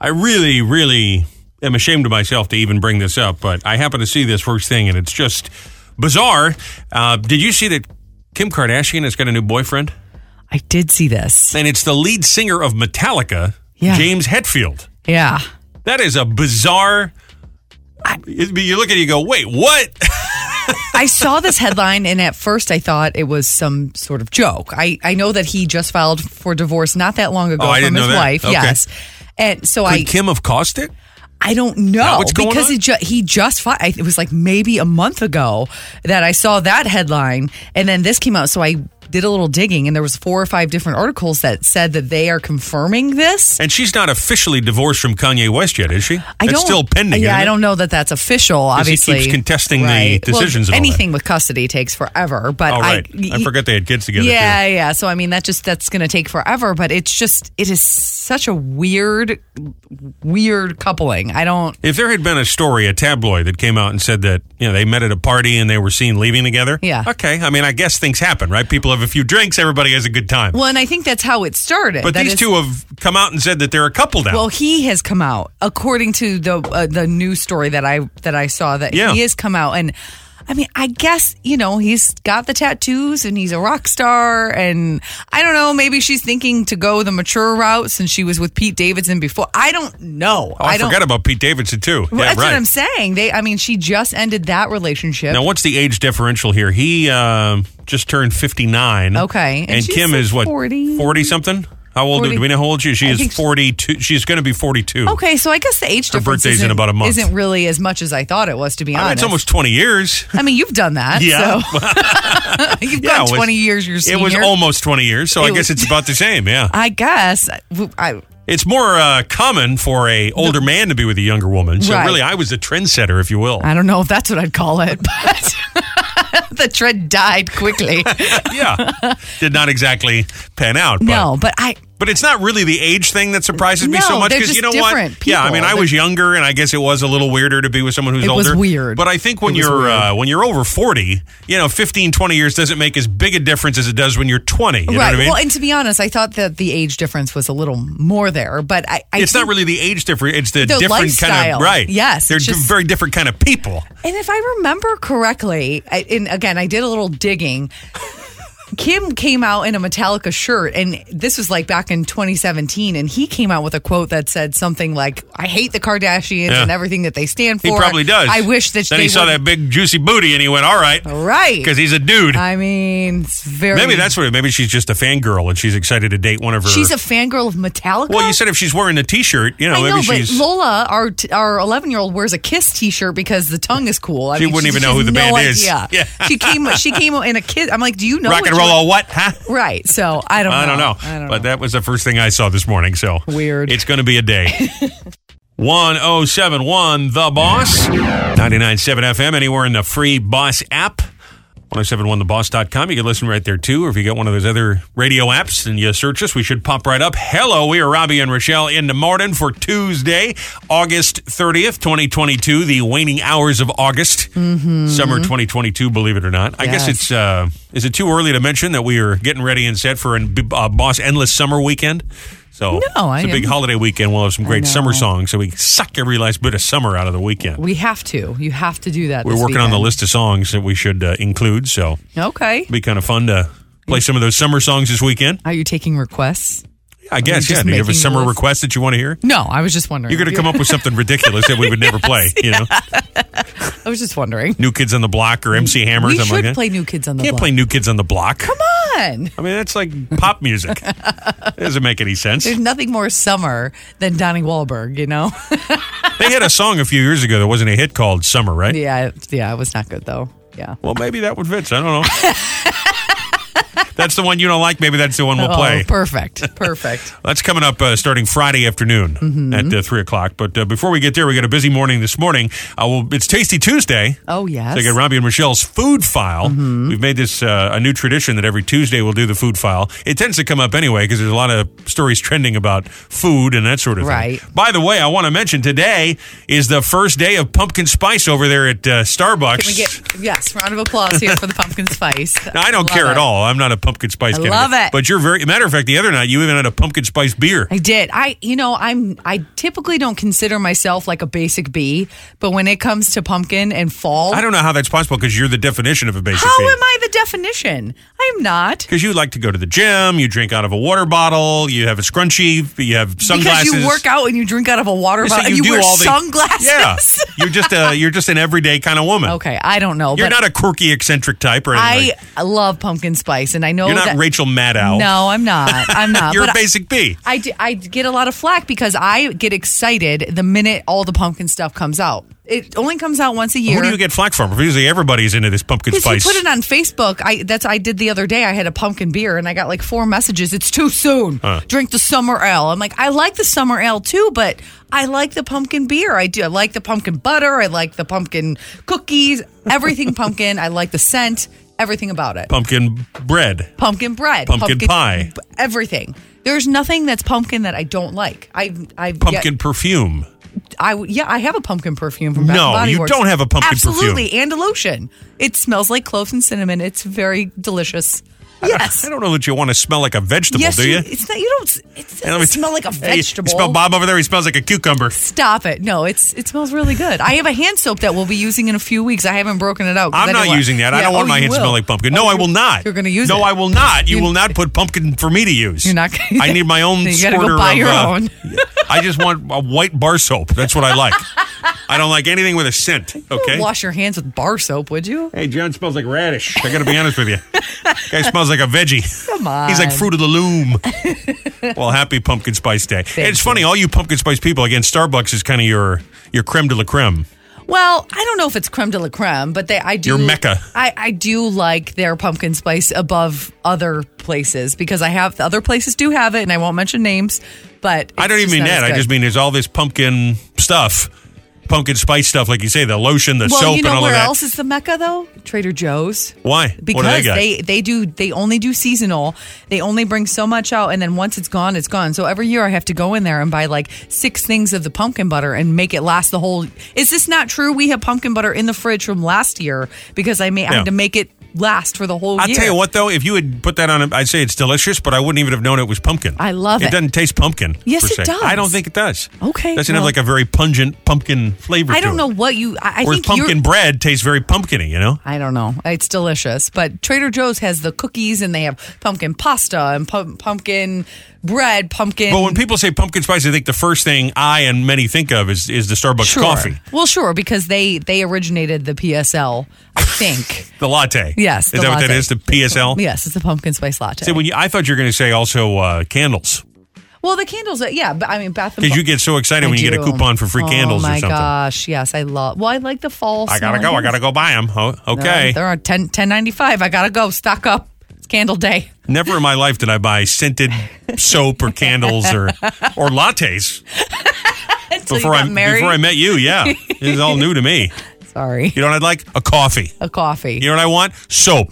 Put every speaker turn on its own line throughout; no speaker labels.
I really, really am ashamed of myself to even bring this up, but I happen to see this first thing, and it's just bizarre. Uh, did you see that Kim Kardashian has got a new boyfriend?
I did see this.
And it's the lead singer of Metallica,
Yeah.
James Hetfield.
Yeah.
That is a bizarre. It- you look at it, you go, wait, what?
I saw this headline, and at first I thought it was some sort of joke. I, I know that he just filed for divorce not that long ago
Oh, I
from
didn't
his
know that.
wife.
Okay.
Yes. And so I
Could Kim have caused it?
I don't know
what's going
because
on?
It ju- he just fi- I, it was like maybe a month ago that I saw that headline and then this came out so I did a little digging and there was four or five different articles that said that they are confirming this.
And she's not officially divorced from Kanye West yet, is she?
I
That's
don't,
still pending.
Yeah,
isn't
I
it?
don't know that that's official.
he keeps
Obviously,
contesting the decisions and
Well,
all that.
anything with custody takes forever. But
Oh, right.
I,
I forgot they had kids together,
Yeah, yeah. So I mean, that just that's going to take forever. But it's just it is such a weird, weird coupling. I don't.
If there had been a story, a tabloid that came out and said that you know they met at a party and they were seen leaving together,
Yeah.
okay. I mean, I guess things happen, right? People have a few drinks, everybody has a good time.
Well, and I think that's how it started.
but
That
these
is-
two have come out and said that they're a couple now.
Well, Oh, he has come out according to the uh, the news story that I that I saw that
Yeah.
he has come out and I mean, I guess, you know, he's got the tattoos and he's a rock star and I don't know, maybe she's thinking to go the mature route since she was with Pete Davidson before. I don't know.
oh, I,
don't
forgot about Pete Davidson too.
Well,
yeah,
That's
right.
what I'm saying. They I mean, she just ended that relationship.
Now, what's the age differential here? He um just turned 59.
Okay,
And,
and she's
Kim
like
is what?
40?
40 something? How old
40.
do we know how old she is? She
I
is
think she-
42. She's going to be 42.
Okay, so I guess the age
Her
difference
birthday's in
isn't-
about a month.
isn't really as much as I thought it was to be
I mean,
honest.
it's almost 20 years.
I mean, you've done that.
Yeah.
So. you've
Yeah, it
done
was-
20 years your
It
senior.
was almost 20 years, so I
It
guess
was-
it's about the same, yeah.
I guess. I, I-
It's more uh, common for a older man to be with a younger woman. So
Right.
really, I was the trendsetter, if you will.
I don't know if that's what I'd call it, but the trend died quickly.
yeah, did not exactly pan out. But,
no, but I.
but it's not really the age thing that surprises me
No,
so much
they're
you know
just
what?
different
Yeah, I
people.
mean, I was younger, and I guess it was a little weirder to be with someone who's
It was
older.
weird.
But I think when
It was
you're
weird.
uh, when you're over forty, you know, 15, 20 years doesn't make as big a difference as it does when you're twenty. You know
right.
what I mean?
Well, and to be honest, I thought that the age difference was a little more there, but I. I
it's
think-
not really the age difference; it's the
The
different kind of
lifestyle.
right.
Yes,
they're
it's
d-
just-
very different kind of people.
And if I remember correctly, I, and again, I did a little digging. Kim came out in a Metallica shirt, and this was like back in 2017. And he came out with a quote that said something like, "I hate the Kardashians
Yeah.
and everything that they stand for."
He probably does.
I wish that
Then
they
he saw that big juicy booty and he went, "All right,
Right.
because he's a dude."
I mean, it's very.
maybe that's what. it- Maybe she's just a fangirl and she's excited to date one of her.
She's a fangirl of Metallica.
well, you said if she's wearing a T-shirt, you know,
I
maybe
know, but
she's.
Lola, our t- our 11 year old, wears a Kiss t shirt because the tongue is cool. I
She wouldn't even
just
know who
has
the
no
band is.
idea.
Yeah.
she came. She came in a Kiss. I'm like, do you know
Rock
what
and
you-
roll, all what? Huh?
Right. So I don't.
I don't know.
I don't
but
know.
that was the first thing I saw this morning. So
Weird.
It's going to be a day. 1071 The Boss. 997 FM, anywhere in the free Boss app. 1071theboss.com. You can listen right there too. Or if you got one of those other radio apps and you search us, we should pop right up. Hello, we are Robbie and Rochelle in the morning for Tuesday, August 30th, 2022, the waning hours of August, summer 2022, believe it or not. I guess
Mm-hmm. Yes.
it's, uh, is it too early to mention that we are getting ready and set for a uh, Boss Endless Summer Weekend? So
No, I
it's a big
am-
holiday weekend. We'll have some great
know.
summer songs, so we suck every last bit of summer out of the weekend.
we have to. You have to do that.
We're
this
working on the
weekend.
list of songs that we should uh, include, so
Okay.
it'd be kind of fun to play some of those summer songs this weekend.
Are you taking requests?
I guess,
just
yeah. Do you have a
making the
summer
list?
request that you want to hear?
No, I was just wondering.
You're going to come up with something ridiculous that we would never play, you know?
I was just wondering.
New Kids on the Block or MC Hammer or
we
something
should
like that.
play New Kids on the
Can't
Block.
play New Kids on the Block. Come on.
Fun.
I mean, that's like pop music. it doesn't make any sense.
There's nothing more summer than Donnie Wahlberg. You know.
They had a song a few years ago that wasn't a hit called Summer, right?
yeah. it- Yeah. It was not good though. Yeah.
Well, maybe that would fit. I don't know. that's the one you don't like. Maybe that's the one we'll
Oh,
play.
perfect. Perfect.
That's coming up uh, starting Friday afternoon
Mm-hmm.
at uh, three o'clock. But uh, before we get there, we got a busy morning this morning. Uh, well, it's Tasty Tuesday.
Oh yes. Mm-hmm.
So I got Robbie and Michelle's food file. We've made this uh, a new tradition that every Tuesday we'll do the food file. It tends to come up anyway because there's a lot of stories trending about food and that sort of
Right.
thing. By the way, I want to mention today is the first day of pumpkin spice over there at uh, Starbucks.
Can we get yes? Round of applause here for the pumpkin spice.
Now, I don't
Love
care at
it.
all. I'm not a pumpkin spice.
I
Kennedy.
love it.
But you're very matter of fact. The other night, you even had a pumpkin spice beer.
I did. I, you know, I'm. I typically don't consider myself like a basic bee, but when it comes to pumpkin and fall,
I don't know how that's possible because you're the definition of a basic.
how
beer.
am I the definition? I'm not.
Because you like to go to the gym, you drink out of a water bottle, you have a scrunchie, you have sunglasses.
Because you work out and you drink out of a water
So
bottle. and you
do
wear
all the-
sunglasses.
Yeah, you're just a you're just an everyday kind of woman.
Okay, I don't know,
You're
but
not a quirky eccentric type or anything.
I love pumpkin spice, and I know
you're not
that.
Rachel Maddow.
no, I'm not. I'm not.
you're
but
a basic bee.
I, d- I get a lot of flack because I get excited the minute all the pumpkin stuff comes out. It only comes out once a year.
Who do you get flack from? Usually everybody's into this pumpkin
Because you
spice.
put it on Facebook. I that's I did the other day. I had a pumpkin beer and I got like four messages. It's too soon. Drink the summer ale. I'm like, I like the summer ale too, but I like the pumpkin beer. I do. I like the pumpkin butter. I like the pumpkin cookies. Everything pumpkin. I like the scent. Everything about it.
pumpkin bread.
Pumpkin bread.
Pumpkin pie.
b- Everything. There's nothing that's pumpkin that I don't like. I I
Pumpkin perfume.
Yeah, I yeah. I have a pumpkin perfume from Bath
No,
and Body
you
Works.
don't have a pumpkin perfume.
Absolutely, and a lotion. It smells like cloves and cinnamon. It's very delicious. Yes.
I don't know that you want to smell like a vegetable,
Yes,
do you?
It's not. You don't. s- It doesn't
And let me-
smell like a
Hey, you
vegetable.
smell Bob over there? He smells like a cucumber.
Stop it! No, it's it smells really good. I have a hand soap that we'll be using in a few weeks. I haven't broken it out. 'cause I
I'm
didn't
not
want-
using that. I
Yeah,
don't want
oh,
my
you
hands to smell
will.
like pumpkin.
Oh,
No, I
you-
will not.
You're going to use
no,
it.
I will not. You,
You-
will not put pumpkin for me to use.
You're not gonna-
I need my own.
You gotta go
squirter
buy
of,
your
uh,
own.
I just want a white bar soap. That's what I like. I don't like anything with a scent.
You
Okay.
wouldn't wash your hands with bar soap, would you?
Hey, John smells like radish. I got to be honest with you. Guy smells like a veggie.
Come on.
He's like fruit of the loom. well, happy pumpkin spice day. it's funny, all you pumpkin spice people. Again, Starbucks is kind of your your creme de la creme.
Well, I don't know if it's creme de la creme, but they I do
Your mecca.
I, I do like their pumpkin spice above other places because I have other places do have it, and I won't mention names. But
I don't
it's
even mean
not
that.
as
I
good.
just mean there's all this pumpkin stuff, pumpkin spice stuff, like you say, the lotion, the
well,
soap,
you know
and all
where
of that.
else is the mecca though? Trader Joe's.
Why?
Because
what do they got?
they they do they only do seasonal. They only bring so much out, and then once it's gone, it's gone. So every year I have to go in there and buy like six things of the pumpkin butter and make it last the whole. Is this not true? We have pumpkin butter in the fridge from last year because I made I
Yeah.
had to make it last for the whole
I'll
year.
tell you what, though, if you had put that on, a- I'd say it's delicious, but I wouldn't even have known it was pumpkin.
I love
It
it.
doesn't taste pumpkin.
Yes,
per
it
se.
does.
I don't think it does.
Okay,
doesn't have
well-
like a very pungent pumpkin flavor.
I
to
don't
it.
know what you. I, I
Whereas
think
pumpkin
you're.
bread tastes very pumpkiny. You know,
I don't know. It's delicious, but Trader Joe's has the cookies and they have pumpkin pasta and pu- pumpkin bread, pumpkin.
but when people say pumpkin spice, I think the first thing I and many think of is is the Starbucks
Sure.
coffee,
Well, sure, because they they originated the PSL. I think.
the latte.
Yes,
is
the
that what that
latte.
is? The PSL.
yes, it's the pumpkin spice latte.
See, when you, I thought you were going to say also uh, candles
well, the candles. uh, Yeah, but I mean Bath and.
because you
Bu-
get so excited
I
when you get a
do.
coupon for free
oh,
candles or
my
something.
gosh! Yes, I love. Well, I like the fall.
I gotta
smelling
go. I
candles.
gotta go buy them. Oh, okay.
They're, they're on ten ten ninety five. I gotta go. Stock up. It's candle day.
Never in my life did I buy scented soap or candles or or lattes
Until
before
you
I
got married.
before I met you. Yeah, it was all new to me.
Sorry.
You know what I'd like? A coffee.
A coffee.
You know what I want? Soap.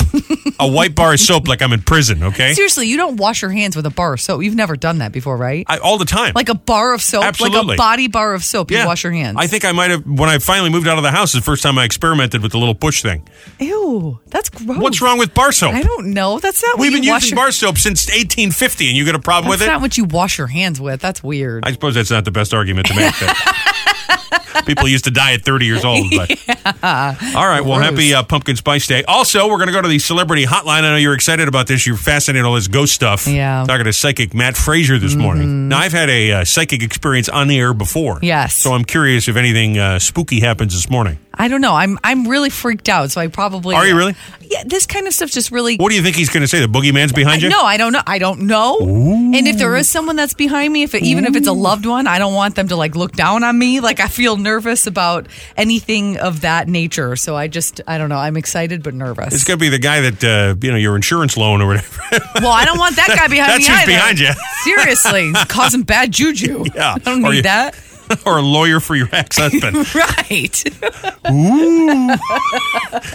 A white bar of soap, like I'm in prison. Okay,
Seriously, you don't wash your hands with a bar of soap. You've never done that before, right?
I, all the time.
like a bar of soap,
Absolutely.
like a body bar of soap. You wash your hands.
I think I might have when I finally moved out of the house. is The first time I experimented with the little push thing.
Ew, that's gross.
What's wrong with bar soap?
I don't know. That's not.
We've
what
been
you wash
using
your,
bar soap since 1850, and you got a problem
That's
with it?
not what you wash your hands with. That's weird.
I suppose that's not the best argument to make. but People used to die at 30 years old. But. All right. Well,
Gross.
happy uh, Pumpkin Spice Day. Also, we're going to go to the celebrity hotline. I know you're excited about this. You're fascinated with all this ghost stuff.
Yeah. Mm-hmm.
Talking to psychic Matt Frazier this morning. Now, I've had a uh, psychic experience on the air before.
Yes.
So I'm curious if anything uh, spooky happens this morning.
I don't know. I'm I'm really freaked out. So I probably
Are you really?
Yeah, this kind of stuff just really.
What do you think he's going to say? The boogeyman's behind you?
Uh, No, I don't know. I don't know. And if there is someone that's behind me, if it, even if it's a loved one, I don't want them to like look down on me. Like I feel nervous about anything of that nature. So I just I don't know. I'm excited but nervous.
It's going to be the guy that, uh, you know, your insurance loan or whatever.
Well, I don't want that guy behind
That's
me.
who's
either.
behind you.
Seriously, he's causing bad juju.
Yeah.
I don't
Or
need
you-
that.
or a lawyer for your ex husband.
Right.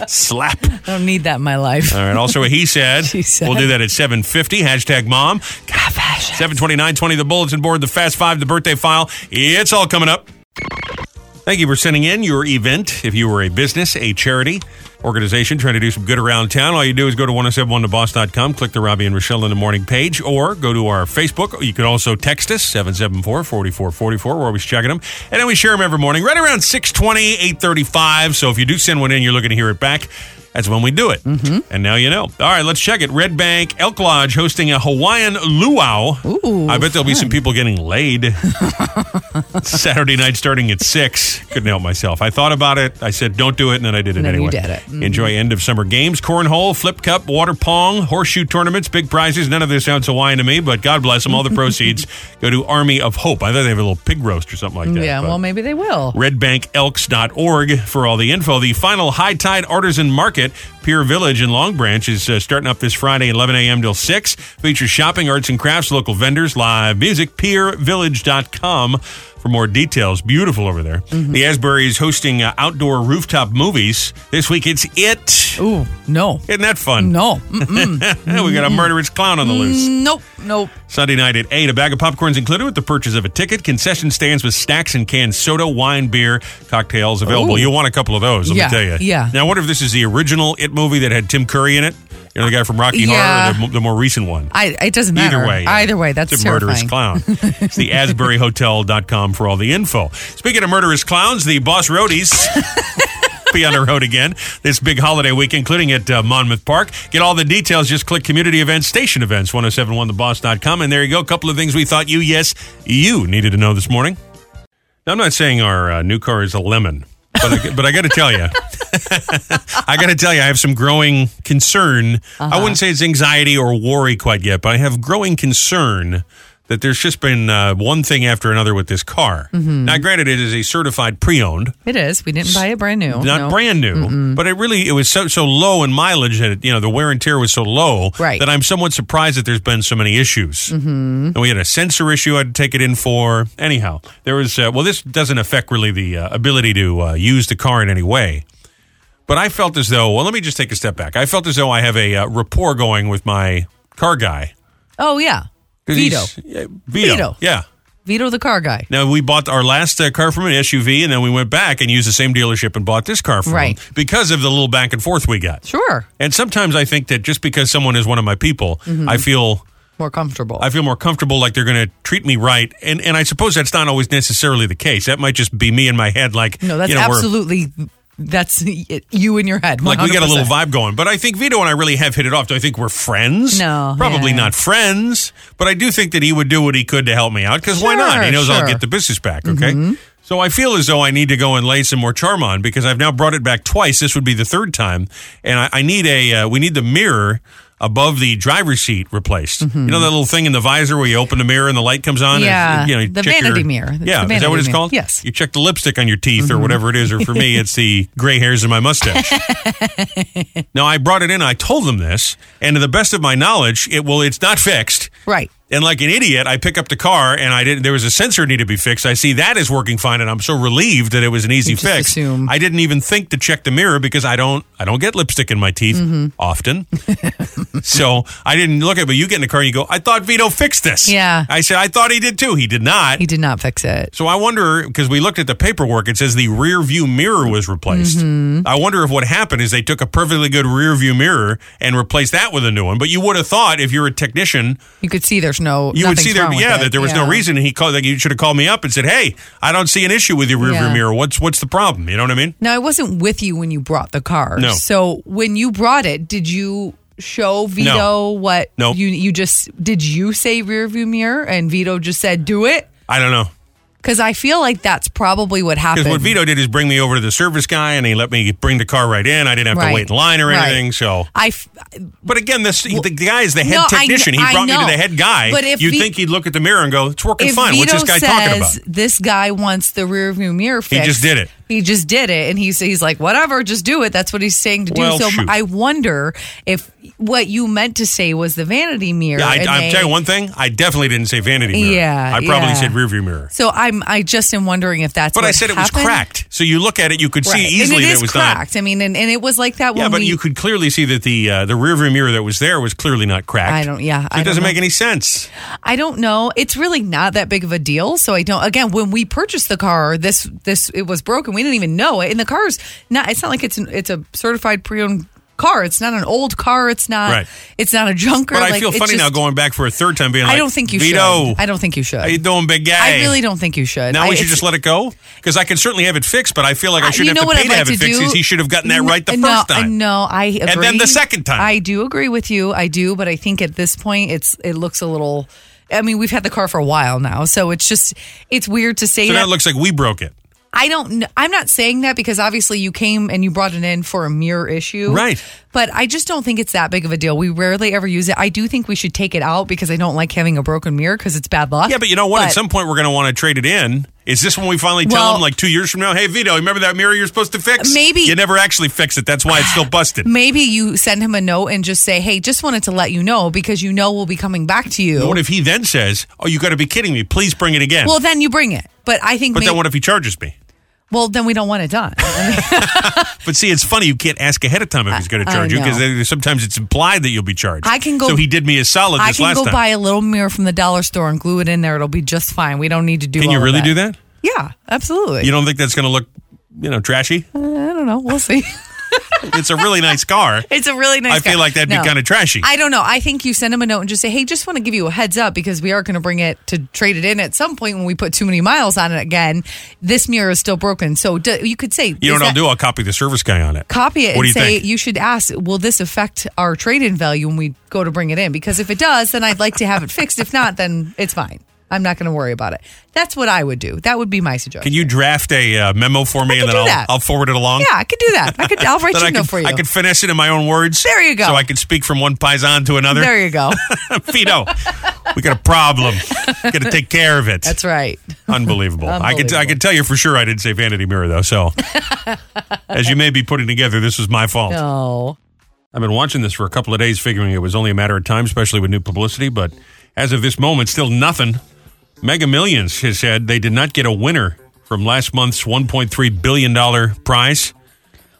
Slap.
I don't need that in my life.
All right. Also, what he said.
She said.
We'll do that at 750. Hashtag mom.
God, fashion.
72920, the bulletin board, the fast five, the birthday file. It's all coming up. Thank you for sending in your event. If you were a business, a charity, organization trying to do some good around town. All you do is go to 1071theboss.com, click the Robbie and Rochelle in the morning page, or go to our Facebook. You can also text us, 774-4444. We're always checking them. And then we share them every morning, right around 620, 835. So if you do send one in, you're looking to hear it back. That's when we do it. And now you know. All right, let's check it. Red Bank Elk Lodge hosting a Hawaiian luau.
Ooh,
I bet there'll be some people getting laid. Saturday night starting at six. Couldn't help myself. I thought about it. I said, don't do it. And then I did it
And then
anyway.
you did it. Mhm.
Enjoy end of summer games, cornhole, flip cup, water pong, horseshoe tournaments, big prizes. None of this sounds Hawaiian to me, but God bless them. All the proceeds go to Army of Hope. I thought they have a little pig roast or something like that.
yeah.
but-
Well, maybe they will.
redbankelks.org for all the info. The final High Tide Artisan Market, Pier Village in Long Branch, is uh, starting up this Friday, 11 a.m. till 6. Features shopping, arts and crafts, local vendors, live music, piervillage.com for more details. Beautiful over there.
Mm-hmm.
The Asbury is hosting uh, outdoor rooftop movies. This week it's It.
Ooh, no,
Isn't that fun?
no, Mm-mm.
we got a murderous clown on the loose.
nope, nope.
Sunday night at 8. A bag of popcorns included with the purchase of a ticket. Concession stands with snacks and canned soda, wine, beer, cocktails available.
Ooh.
You'll want a couple of those, let
Yeah,
me tell you.
yeah.
Now, I wonder if this is the original It movie that had Tim Curry in it. You know, the guy from Rocky
Yeah.
Horror, or the, the more recent one.
I it doesn't matter.
Either way. yeah.
either way, that's
it's a murderous
terrifying.
clown. It's the AsburyHotel.com for all the info. Speaking of murderous clowns, the Boss Roadies. Be on the road again this big holiday week, including at uh, Monmouth Park. Get all the details. Just click community events, station events, 1071theboss.com. And there you go. A couple of things we thought you, yes, you needed to know this morning. Now, I'm not saying our uh, new car is a lemon, but I, but I got to tell you, I got to tell you, I have some growing concern. I wouldn't say it's anxiety or worry quite yet, but I have growing concern that there's just been uh, one thing after another with this car. Now, granted, it is a certified pre-owned,
It is. We didn't buy it brand new.
not
no.
brand new, but it really it was so so low in mileage that it, you know the wear and tear was so low
Right.
that I'm somewhat surprised that there's been so many issues. Mm-hmm. And we had a sensor issue I had to take it in for. Anyhow, there was uh, well this doesn't affect really the uh, ability to uh, use the car in any way. But I felt as though well let me just take a step back. I felt as though I have a uh, rapport going with my car guy.
Oh yeah,
'Cause
Vito,
he's- yeah, Vito.
Vito.
Yeah.
Vito the car guy.
Now we bought our last uh, car from an SUV, and then we went back and used the same dealership and bought this car from
Right.
them because of the little back and forth we got.
Sure,
And sometimes I think that just because someone is one of my people,
Mm-hmm.
I feel
more comfortable.
I feel more comfortable like they're going to treat me right. And and I suppose that's not always necessarily the case. That might just be me in my head. Like
no, that's
you know, we're-
absolutely that's you in your head.
like we got a little
100%.
vibe going. But I think Vito and I really have hit it off. Do I think we're friends?
No,
Probably
yeah.
not friends, but I do think that he would do what he could to help me out because why not?
Sure,
He knows I'll
sure. Mm-hmm.
get the business back, okay? So I feel as though I need to go and lay some more charm on because I've now brought it back twice. This would be the third time. And I, I need a, uh, we need the mirror above the driver's seat replaced.
Mm-hmm.
You know that little thing in the visor where you open the mirror and the light comes on? and,
Yeah,
you know, you
the
check
vanity mirror. It's
yeah,
the
is that what
vanity
it's
mirror.
called?
Yes. Mm-hmm.
You check the lipstick on your teeth or whatever it is, or for me, it's the gray hairs in my mustache. Now I brought it in. I told them this, and to the best of my knowledge, it well, it's not fixed.
right.
And like an idiot, I pick up the car, and I didn't. There was a sensor need to be fixed. I see that is working fine, and I'm so relieved that it was an easy
just
fix.
assume.
I didn't even think to check the mirror because I don't. I don't get lipstick in my teeth
Mm-hmm.
often, so I didn't look at. it. But you get in the car, and you go. I thought Vito fixed this.
Yeah.
I said I thought he did too. He did not.
He did not fix it.
So I wonder because we looked at the paperwork, it says the rear view mirror was replaced.
Mm-hmm.
I wonder if what happened is they took a perfectly good rear view mirror and replaced that with a new one. But you would have thought if you're a technician,
You could see there's no.
you would see
nothing's
there,
wrong with
yeah,
it.
that there was no
Yeah.
reason. And he called, like, you should have called me up and said, "Hey, I don't see an issue with your rear view
Yeah.
mirror. What's what's the problem? You know what I mean?"
Now I wasn't with you when you brought the car.
No.
So when you brought it, did you show Vito
No.
what
Nope.
you you just did you say rear view mirror and Vito just said do it?
I don't know.
Because I feel like that's probably what happened.
Because what Vito did is bring me over to the service guy, and he let me bring the car right in. I didn't have to
Right.
wait in line or
Right.
anything. So,
I f-
but again, this the guy is the head
no, I kn-
technician. he
I
brought me
know.
to the head guy.
But if
you'd
Vi-
think he'd look at the mirror and go, "It's working
if
fine."
Vito
What's this guy
says
talking about?
this guy wants the rear view mirror fixed,
just did it.
He just did it, and he's he's like, whatever, just do it. That's what he's saying to do.
Well,
so
shoot.
I wonder if what you meant to say was the vanity mirror.
Yeah, I,
and
I'll
they-
tell you one thing. I definitely didn't say vanity mirror.
Yeah,
I probably
yeah.
said rearview mirror.
So I'm I just am wondering if that's
But
what
I said it was
happened.
cracked. So you look at it, you could
Right.
see easily
and it
that
is
it was not.
cracked. I mean, and, and it was like that when
Yeah, but
we.
you could clearly see that the uh, the rearview mirror that was there was clearly not cracked.
I don't- yeah,
So it
I don't
doesn't
know.
make any sense.
I don't know. It's really not that big of a deal. So I don't. Again, when we purchased the car, this this it was broken. We didn't even know it. And the car's not. It's not like it's an, it's a certified pre-owned car. It's not an old car. It's not.
Right.
It's not a junker.
But I
like,
feel
it's
funny now
just-
going back for a third time, being like,
I don't think you
Vito,
should. I don't think you should.
how you doing, big guy?
I really don't think you should.
Now
I,
we should
it's-
just let it go because I can certainly have it fixed, but I feel like I
I-
should
you
have
know
to
what
pay
I'd
to
like
have
to
it fixed.
do?
is He should have gotten that
N-
right the
no,
first time.
No, I agree.
then the second time.
I do agree with you. I do, but I think at this point, it's it looks a little. I mean, we've had the car for a while now, so it's just it's weird to say
So now
that.
it looks like we broke it.
I don't. kn- I'm not saying that because obviously you came and you brought it in for a mirror issue,
Right.
But I just don't think it's that big of a deal. We rarely ever use it. I do think we should take it out because I don't like having a broken mirror because it's bad luck.
Yeah, but you know what? At
But-
some point, we're going to want to trade it in. Is this when we finally tell
Well-
him, like two years from now, hey, Vito, remember that mirror you're supposed to fix?
Maybe-
You never actually fix it. That's why it's still busted.
Maybe you send him a note and just say, "Hey, just wanted to let you know because you know we'll be coming back to you."
What if he then says, oh, you got to be kidding me. Please bring it again.
Well, then you bring it. But I think.
but
may-
then what if he charges me?
well, then we don't want it done. I mean,
But see, it's funny. You can't ask ahead of time if he's going to
I
charge you because
know.
sometimes it's implied that you'll be charged.
I can go-
So he did me a solid
I
this
can
last
go
time.
buy a little mirror from the dollar store and glue it in there. It'll be just fine. We don't need to do.
can you
all of
really do that?
Yeah, absolutely.
You don't think that's going to look, you know, trashy?
I don't know. We'll see.
it's a really nice car.
it's a really nice.
I feel
guy.
like that'd be
No.
kind of trashy.
I don't know. I think you send him a note and just say, "Hey, just want to give you a heads up because we are going to bring it to trade it in at some point when we put too many miles on it again. This mirror is still broken, so d you could say
you know
is
what I'll
that-
do? I'll copy the service guy on it.
Copy it
What do
and
you
say
think?
you should ask, will this affect our trade in value when we go to bring it in? Because if it does, then I'd like to have it fixed. If not, then it's fine. I'm not going to worry about it. That's what I would do. That would be my suggestion.
Can you draft a uh, memo for me and then
do
I'll,
that.
I'll forward it along?
yeah, I could do that. I could. I'll write
Then
you a
I
note
could,
for you.
I could finesse it in my own words.
There you go.
So I could speak from one paisan to another.
there you go.
Fido, we got a problem. got to take care of it.
That's right.
Unbelievable. I could I
Unbelievable.
could tell you for sure I didn't say vanity mirror though. So as you may be putting together, this was my fault.
No.
I've been watching this for a couple of days, figuring it was only a matter of time, especially with new publicity. But as of this moment, still nothing. Mega Millions has said they did not get a winner from last month's $1.3 billion prize.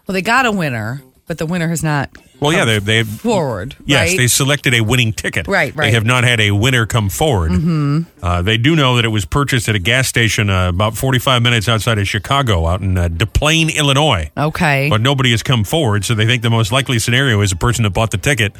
Well, they got a winner, but the winner has not
Well, yeah, they, they
forward.
yes,
right?
they selected a winning ticket.
Right,
They
right.
have not had a winner come forward. Mm-hmm. Uh, they do know that it was purchased at a gas station uh, about 45 minutes outside of Chicago, out in uh, De Plain, Illinois.
okay.
But nobody has come forward, so they think the most likely scenario is a person that bought the ticket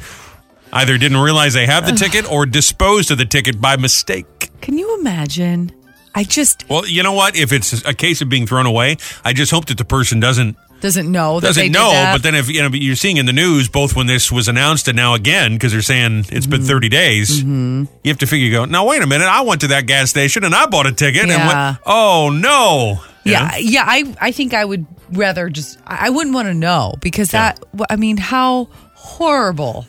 either didn't realize they have the ticket or disposed of the ticket by mistake.
Can you imagine? I just
Well, you know what? If it's a case of being thrown away, I just hope that the person doesn't
doesn't know. That they
doesn't
did
know.
that.
But then if you know, but you're seeing in the news both when this was announced and now again because they're saying it's
Mm-hmm.
been 30 days. You have to figure. You go now. Wait a minute. I went to that gas station and I bought a ticket. And
Yeah.
went, oh no. You
Yeah,
know?
yeah. I I think I would rather just I I wouldn't want to know because
Yeah.
that wh- I mean how horrible,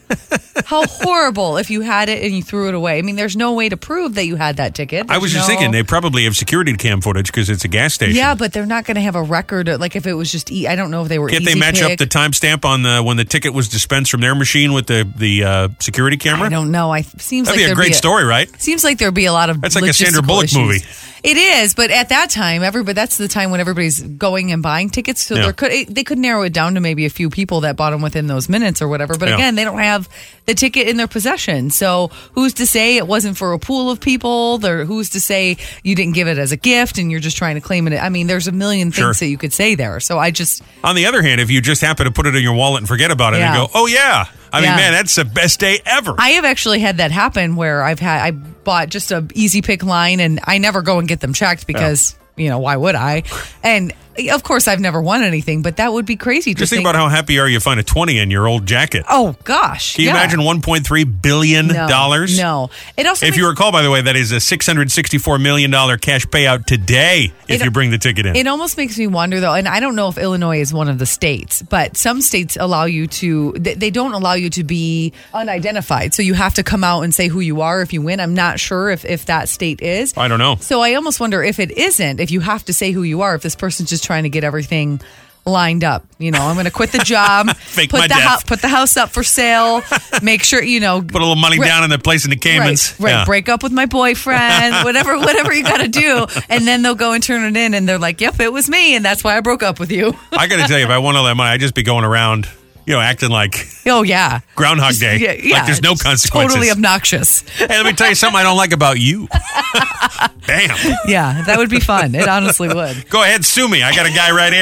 how horrible if you had it and you threw it away. I mean, there's no way to prove that you had that ticket.
I was
There's
just
no-
thinking they probably have security cam footage because it's a gas station.
Yeah, but they're not going to have a record. of- Like if it was just e- I don't know if they were.
Can't they
Easy
match up
Pick.
the timestamp on the when the ticket was dispensed from their machine with the the uh, security camera?
I don't know. I
That'd
seems like
be a
there'd
great
be
story, right?
Seems like there'd be a lot of
That's like a Sandra
logistical
Bullock
issues.
movie.
It is, but at that time, everybody that's the time when everybody's going and buying tickets. So
Yeah.
there could it, they could narrow it down to maybe a few people that bought them within those minutes or whatever. But
Yeah.
again, they don't have the ticket in their possession. So who's to say it wasn't for a pool of people? There, who's to say you didn't give it as a gift and you're just trying to claim it? I mean, there's a million things
Sure.
that you could say there. So I just
On the other hand, if you just happen to put it in your wallet and forget about it
Yeah.
and go, oh yeah, I mean,
Yeah.
man, that's the best day ever.
I have actually had that happen where I've had I bought just a easy pick line and I never go and get them checked because you know why would I? And of course I've never won anything, but that would be crazy. to
Just think about how happy are you find a 20 in your old jacket.
oh gosh,
Can you
yeah.
imagine $1.3 billion?
No, No, it also
If
makes-
you recall, by the way, that is a $664 million cash payout today if
It-
you bring the ticket in.
It almost makes me wonder though, and I don't know if Illinois is one of the states, but some states allow you to, they, they don't allow you to be unidentified. So you have to come out and say who you are if you win. I'm not sure if, if that state is.
I don't know.
So I almost wonder if it isn't, if you have to say who you are, if this person's just trying to get everything lined up. You know, I'm going to quit the job,
Fake
put
my
the
death.
hou- put the house up for sale, make sure you know
Put a little money
Right.
down in the place in the Caymans.
Right, right.
Yeah.
Break up with my boyfriend, whatever, whatever you got to do, and then they'll go and turn it in, and they're like, "Yep, it was me, and that's why I broke up with you."
I got to tell you, if I won all that money, I'd just be going around, you know, acting like
oh yeah,
Groundhog Day.
yeah, yeah,
like there's no
it's
consequences.
Totally obnoxious.
hey, let me tell you something I don't like about you. Damn.
Yeah, that would be fun. It honestly would.
Go ahead, sue me. I got a guy right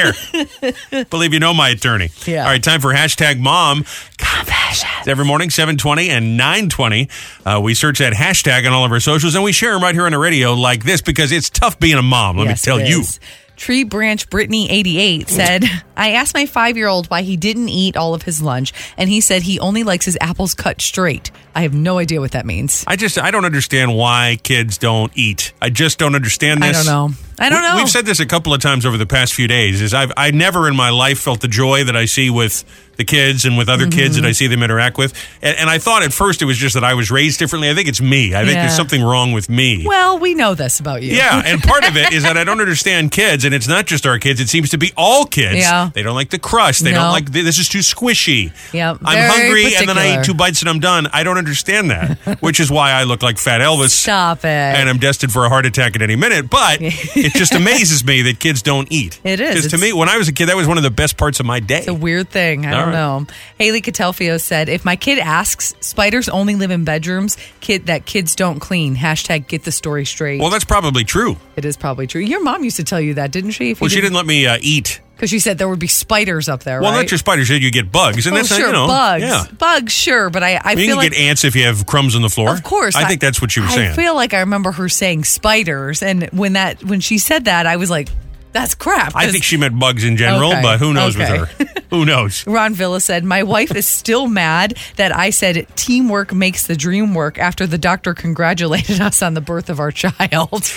here. Believe you know my attorney.
Yeah.
All right, time for hashtag mom. Confessions. Every morning, 720 and 920, uh, we search that hashtag on all of our socials and we share them right here on the radio like this because it's tough being a mom, let
Yes,
me tell
it
you.
is. Tree Branch Brittany 88 said, I asked my five year old why he didn't eat all of his lunch, and he said he only likes his apples cut straight. I have no idea what that means.
I just, I don't understand why kids don't eat. I just don't understand
I
this.
don't know. I don't
We-
know.
We've said this a couple of times over the past few days. Is I've I never in my life felt the joy that I see with the kids and with other kids
Mm-hmm.
that I see them interact with. And, and I thought at first it was just that I was raised differently. I think it's me. I think
Yeah.
there's something wrong with me.
well, we know this about you.
yeah, and part of it is that I don't understand kids, and it's not just our kids. It seems to be all kids.
Yeah.
They don't like the crust. They
No.
don't like this is too squishy.
Yeah, very
I'm hungry, and then I
particular.
eat two bites and I'm done. I don't understand that, which is why I look like Fat Elvis
Stop it.
and I'm destined for a heart attack at any minute. But it just amazes me that kids don't eat.
It is.
Because to
It's-
me, when I was a kid, that was one of the best parts of my day.
It's a weird thing. I
All
don't
right.
know. Haley Catalfio said, "If my kid asks, spiders only live in bedrooms. Kid that kids don't clean. Hashtag get the story straight.
Well, that's probably true.
it is probably true. Your mom used to tell you that, didn't she?
Well, she didn't let me uh, eat.
because she said there would be spiders up there.
Well,
right?
not your spiders. You get bugs, and
Oh,
that's
sure,
not, you know,
bugs,
Yeah,
bugs, sure. But I, I
you
feel
can
like
get ants if you have crumbs on the floor.
Of course,
I, think that's what she was
I
saying.
feel like I remember her saying spiders, and when that when she said that, I was like, "That's crap."
I
'cause-
think she meant bugs in general,
Okay,
but who knows
okay.
with her? Who knows?
Ron Villa said, My wife is still mad that I said teamwork makes the dream work after the doctor congratulated us on the birth of our child.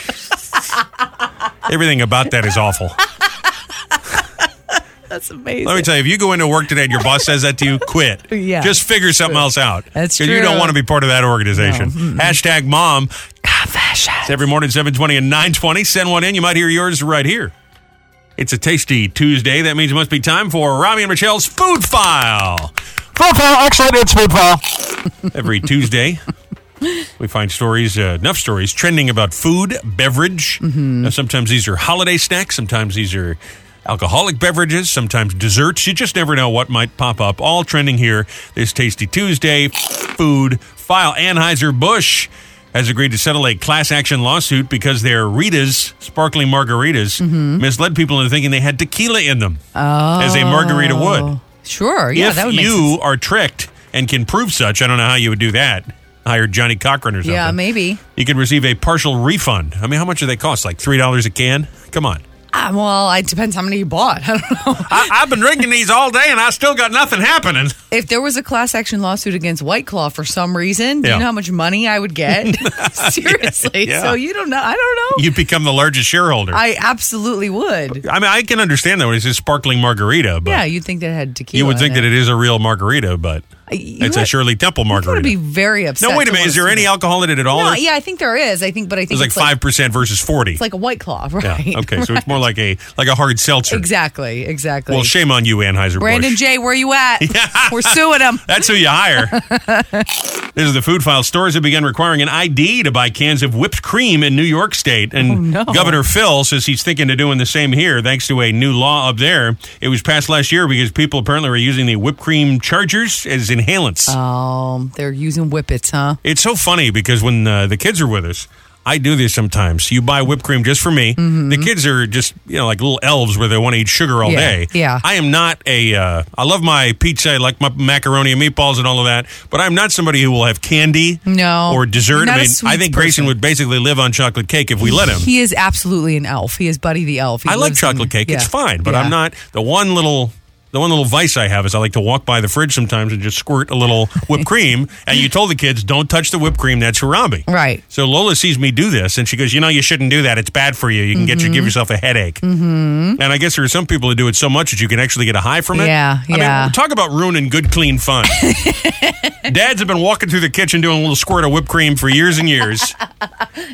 Everything about that is awful.
That's amazing.
Let me tell you, if you go into work today and your boss says that to you, quit.
Yeah.
Just figure something else out.
That's
'Cause You
true.
don't want to be part of that organization. Hashtag mom. It's every morning, 720 and 920. Send one in. You might hear yours right here. It's a tasty Tuesday. That means it must be time for Robbie and Michelle's Food File.
Food file, excellent, it's food file.
Every Tuesday, we find stories, uh, enough stories, trending about food, beverage. Now, sometimes these are holiday snacks, sometimes these are alcoholic beverages, sometimes desserts. You just never know what might pop up. All trending here this Tasty Tuesday food file. Anheuser-Busch has agreed to settle a class action lawsuit because their Rita's sparkling margaritas misled people into thinking they had tequila in them, as a margarita
Oh.
would
Sure. Yeah,
if
that would make
you
sense.
are tricked and can prove such, I don't know how you would do that. Hire Johnny Cochran or something.
Yeah, maybe.
You could receive a partial refund. I mean, how much do they cost? Like three dollars a can? Come on.
Ah, well, it depends how many you bought. I don't know.
I, I've been drinking these all day and I still got nothing happening.
If there was a class action lawsuit against White Claw for some reason, do you
Yeah.
know how much money I would get? Seriously.
Yeah.
So you don't know. I don't know.
You become the largest shareholder. I,
I absolutely would.
mean, I can understand that when it's a sparkling margarita, but
Yeah, you'd think that had tequila.
you would think
in Uh,
that it is a real margarita, but
You
it's a
would-
Shirley Temple
I would
margarita.
be very upset.
no, wait
to
a minute.
wanna
Is there
see
any
that.
alcohol in it at all?
No,
Or-
yeah, I think there is. I think, but I think
It's like five percent versus forty.
It's like a white claw,
yeah.
right?
Okay, so it's more like a like a hard seltzer.
Exactly, exactly.
Well, shame on you, Anheuser.
Brandon J, where you at? We're suing him.
That's who you hire. this is the food file. Stores have begun requiring an ID to buy cans of whipped cream in New York State. And
no.
Governor Phil says he's thinking of doing the same here thanks to a new law up there. It was passed last year because people apparently were using the whipped cream chargers as inhalants.
Um, they're using whippets, huh?
It's so funny because when uh, the kids are with us, I do this sometimes. You buy whipped cream just for me. The kids are just you know like little elves where they want to eat sugar all
Mm-hmm. Yeah,
day.
yeah.
I am not a. Uh, I love my pizza. I like my macaroni and meatballs and all of that. But I'm not somebody who will have candy.
No.
Or dessert.
Not
I
a
mean, I
sweets
think Grayson
person.
would basically live on chocolate cake if we let him.
He is absolutely an elf. He is Buddy the Elf. He
I like
lives in-
chocolate cake. It's
yeah.
fine, but
Yeah.
I'm not the one little The one little vice I have is I like to walk by the fridge sometimes and just squirt a little whipped cream. And you told the kids, don't touch the whipped cream. That's Harambe.
Right.
So Lola sees me do this and she goes, you know, you shouldn't do that. It's bad for you. You can get you give yourself a headache. Mm-hmm. And I guess there are some people who do it so much that you can actually get a high from it.
Yeah,
I
yeah.
mean, talk about ruining good, clean fun. Dads have been walking through the kitchen doing a little squirt of whipped cream for years and years.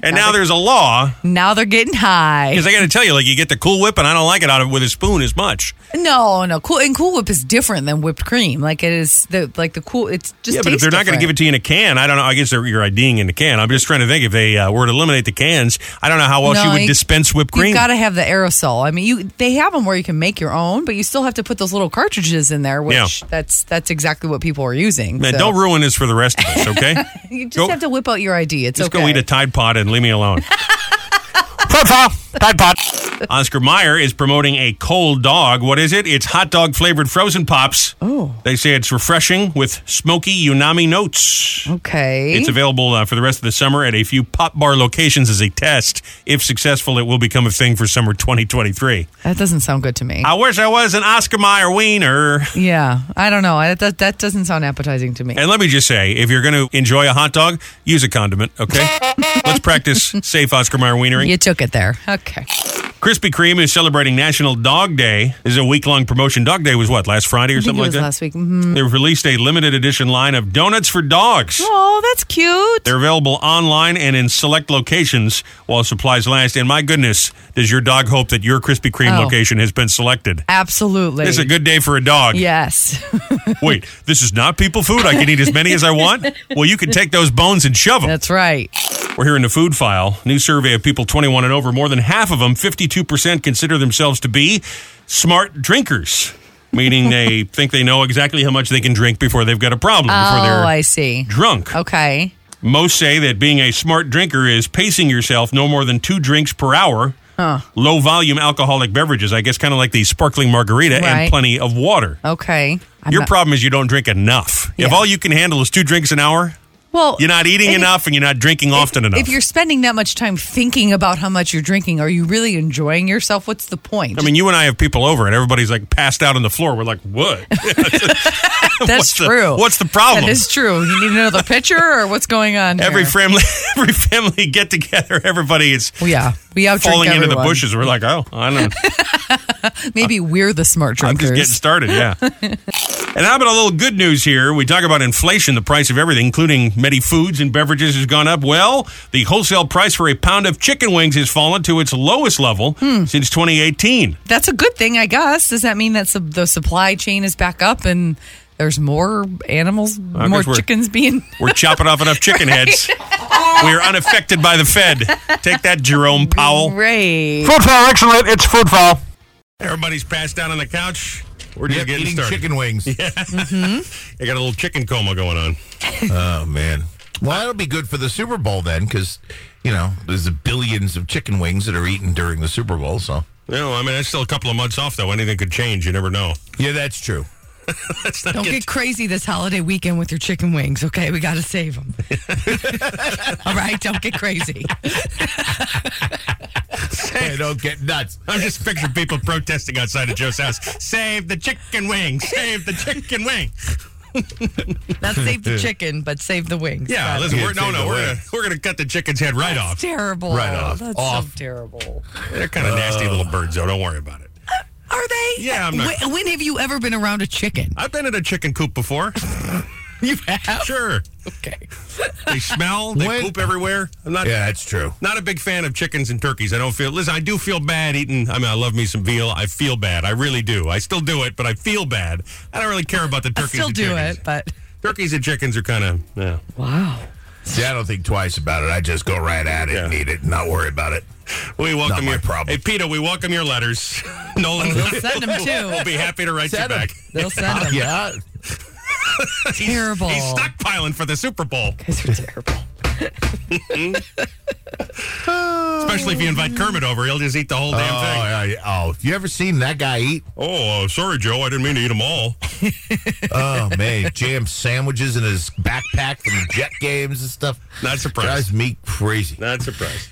And now there's a law
Now they're getting high.
because I got to tell you, like you get the Cool Whip, and I don't like it out of with a spoon as much.
No, no. Cool and Cool Whip is different than whipped cream. Like it is the like the cool. It's just
yeah, but if they're not going to give it to you in a can, I don't know. I guess they're, you're IDing in a can. I'm just trying to think if they uh, were to eliminate the cans, I don't know how else you would dispense whipped cream.
You got to have the aerosol. I mean, you they have them where you can make your own, but you still have to put those little cartridges in there, which
Yeah.
that's that's exactly what people are using.
Man,
so.
don't ruin this for the rest of us, okay?
You just
Go-
have to whip out your ID. It's
Just
okay.
go eat a Tide Pod and leave me alone.
Fruit pal. Tide pot.
Oscar Meyer is promoting a cold dog. What is it? It's hot dog flavored frozen pops. Oh. They say it's refreshing with smoky Unami notes.
Okay.
It's available uh, for the rest of the summer at a few pop bar locations as a test. If successful, it will become a thing for summer 2023.
that doesn't sound good to me.
I wish I was an Oscar Mayer wiener.
yeah, I don't know. I, that that doesn't sound appetizing to me.
And let me just say, if you're going to enjoy a hot dog, use a condiment, okay? Let's practice safe Oscar Mayer wienering.
You took it there. Okay.
Krispy Kreme is celebrating National Dog Day. This is a week long promotion. Dog Day was what, last Friday or
I think
something
it
like
was
that?
last week. Mhm.
They've released a limited edition line of donuts for dogs.
Oh, that's cute.
They're available online and in select locations while supplies last. And my goodness, does your dog hope that your Krispy Kreme
Oh.
location has been selected?
Absolutely.
It's a good day for a dog.
yes.
Wait, this is not people food. I can eat as many as I want. Well, you can take those bones and shove them.
that's right.
We're here in the food file. New survey of people 21 and over. More than half of them, 52%, consider themselves to be smart drinkers, meaning they think they know exactly how much they can drink before they've got a problem, before
Oh,
they're
I Oh. see.
drunk.
Okay.
Most say that being a smart drinker is pacing yourself no more than two drinks per hour. Low volume alcoholic beverages, I guess, kind of like the sparkling margarita
Right.
and plenty of water.
Okay. I'm
Your
not-
problem is you don't drink enough. If
Yeah.
all you can handle is two drinks an hour,
well,
you're not eating
and if-
enough and you're not drinking often enough.
If you're spending that much time thinking about how much you're drinking, are you really enjoying yourself? What's the point?
I mean, you and I have people over, and everybody's like passed out on the floor. We're like, what?
that's
the-
true.
what's the problem?
That is true. You need another picture, or what's going on? here?
every family, every family get together. Everybody is
Well, yeah, we outdrink
falling into the
everyone.
bushes. We're like, oh, I don't. know.
Maybe we're the smart
I'm
drinkers.
just getting started. Yeah. and how about a little good news here? We talk about inflation. The price of everything, including many foods and beverages, has gone up. Well, the wholesale price for a pound of chicken wings has fallen to its lowest level
Hmm.
since 2018.
That's a good thing, I guess. Does that mean that sub- the supply chain is back up and there's more animals,
guess
more
we're-
chickens being?
We're chopping off enough chicken heads. We are unaffected by the Fed. Take that, Jerome Powell.
Great.
Fruit pal. Actually, it's fruit pal.
Everybody's passed out on the couch. We're just
Yep,
getting
eating
started.
chicken wings.
I got a little chicken coma going on.
Oh man. Well, that'll be good for the Super Bowl then, because you know there's the billions of chicken wings that are eaten during the Super Bowl. So
No, I mean that's still a couple of months off though. Anything could change. You never know.
yeah, that's true.
Let's not
Don't
get
get crazy this holiday weekend with your chicken wings, okay? We got to save them. All right, don't get crazy.
Hey, don't get nuts.
I'm just picturing people protesting outside of Joe's house. Save the chicken wing! Save the chicken wing!
Not save the chicken, but save the wings.
Yeah,
That's
listen, we're, no,
save
no,
the
we're
wing.
gonna, we're gonna cut the chicken's head right off.
terrible.
Right off.
That's so
Off.
terrible.
They're kind of nasty little birds, though. Don't worry about it.
Are they?
Yeah, I'm not-
Wh- When, have you ever been around a chicken?
I've been in a chicken coop before.
You have?
Sure,
Okay.
they smell. They
When-
poop everywhere. I'm not.
Yeah, that's true.
Not a big fan of chickens and turkeys. I don't feel. Listen, I do feel bad eating. I mean, I love me some veal. I feel bad. I really do. I still do it, but I feel bad. I don't really care about the
I
turkeys.
still
and
do
chickens.
it, but
Turkeys and chickens are kind of. Yeah.
wow.
See, I don't think twice about it. I just go right at it and
Yeah.
eat it, and not worry about it.
We welcome
my
your
problem.
Hey, Peter, we welcome your letters. Nolan,
We'll send 'em, too.
We'll be happy to write
Send
you
'em.
back.
They'll send them.
Yeah,
Terrible.
He's stockpiling for the Super Bowl,
Guys are terrible.
especially if you invite Kermit over. He'll just eat the whole
Oh,
damn thing.
yeah, yeah. oh, you ever seen that guy eat?
Oh, uh, sorry, Joe. I didn't mean to eat them all.
Oh man, jam sandwiches in his backpack from the Jet games and stuff.
Not surprised.
Drives me crazy.
Not surprised.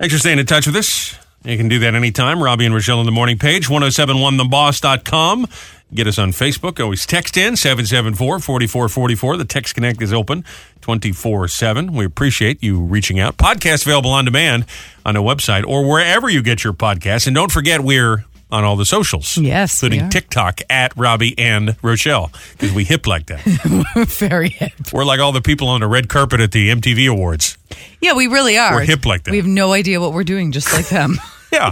Thanks for staying in touch with us. You can do that anytime. Robbie and Rochelle on the morning page, 1071theboss.com. Get us on Facebook. Always text in 774 4444. The text connect is open 24 7. We appreciate you reaching out. Podcast available on demand on our website or wherever you get your podcasts. And don't forget, we're on all the socials.
Yes, we
Including
are.
TikTok at Robbie and Rochelle because we hip like that.
Very hip.
We're like all the people on the red carpet at the MTV Awards.
Yeah, we really are.
We're hip like that.
We have no idea what we're doing, just like them.
Yeah.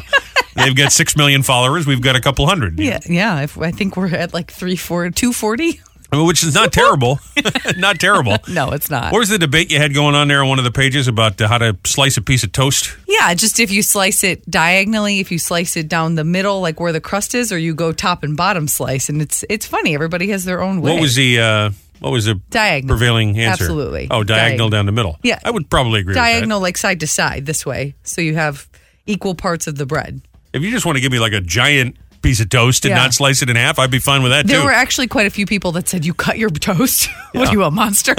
They've got 6 million followers. We've got a couple hundred.
yeah, yeah. If, I think we're at like three, four, two forty.
I mean, which is not terrible. not terrible.
No, it's not.
What was the debate you had going on there on one of the pages about uh, how to slice a piece of toast?
yeah, just if you slice it diagonally, if you slice it down the middle, like where the crust is, or you go top and bottom slice, and it's it's funny. Everybody has their own way.
What was the uh, what was the
Diagonal.
prevailing answer?
Absolutely.
Oh, diagonal
Diagonal.
down the middle.
Yeah.
I would probably agree.
diagonal, like side to side, this way, so you have equal parts of the bread.
With that. If you just want to give me like a giant piece of toast and
Yeah.
not slice it in half, I'd be fine with that
There
too.
were actually quite a few people that said, "You cut your toast? what are you a monster?"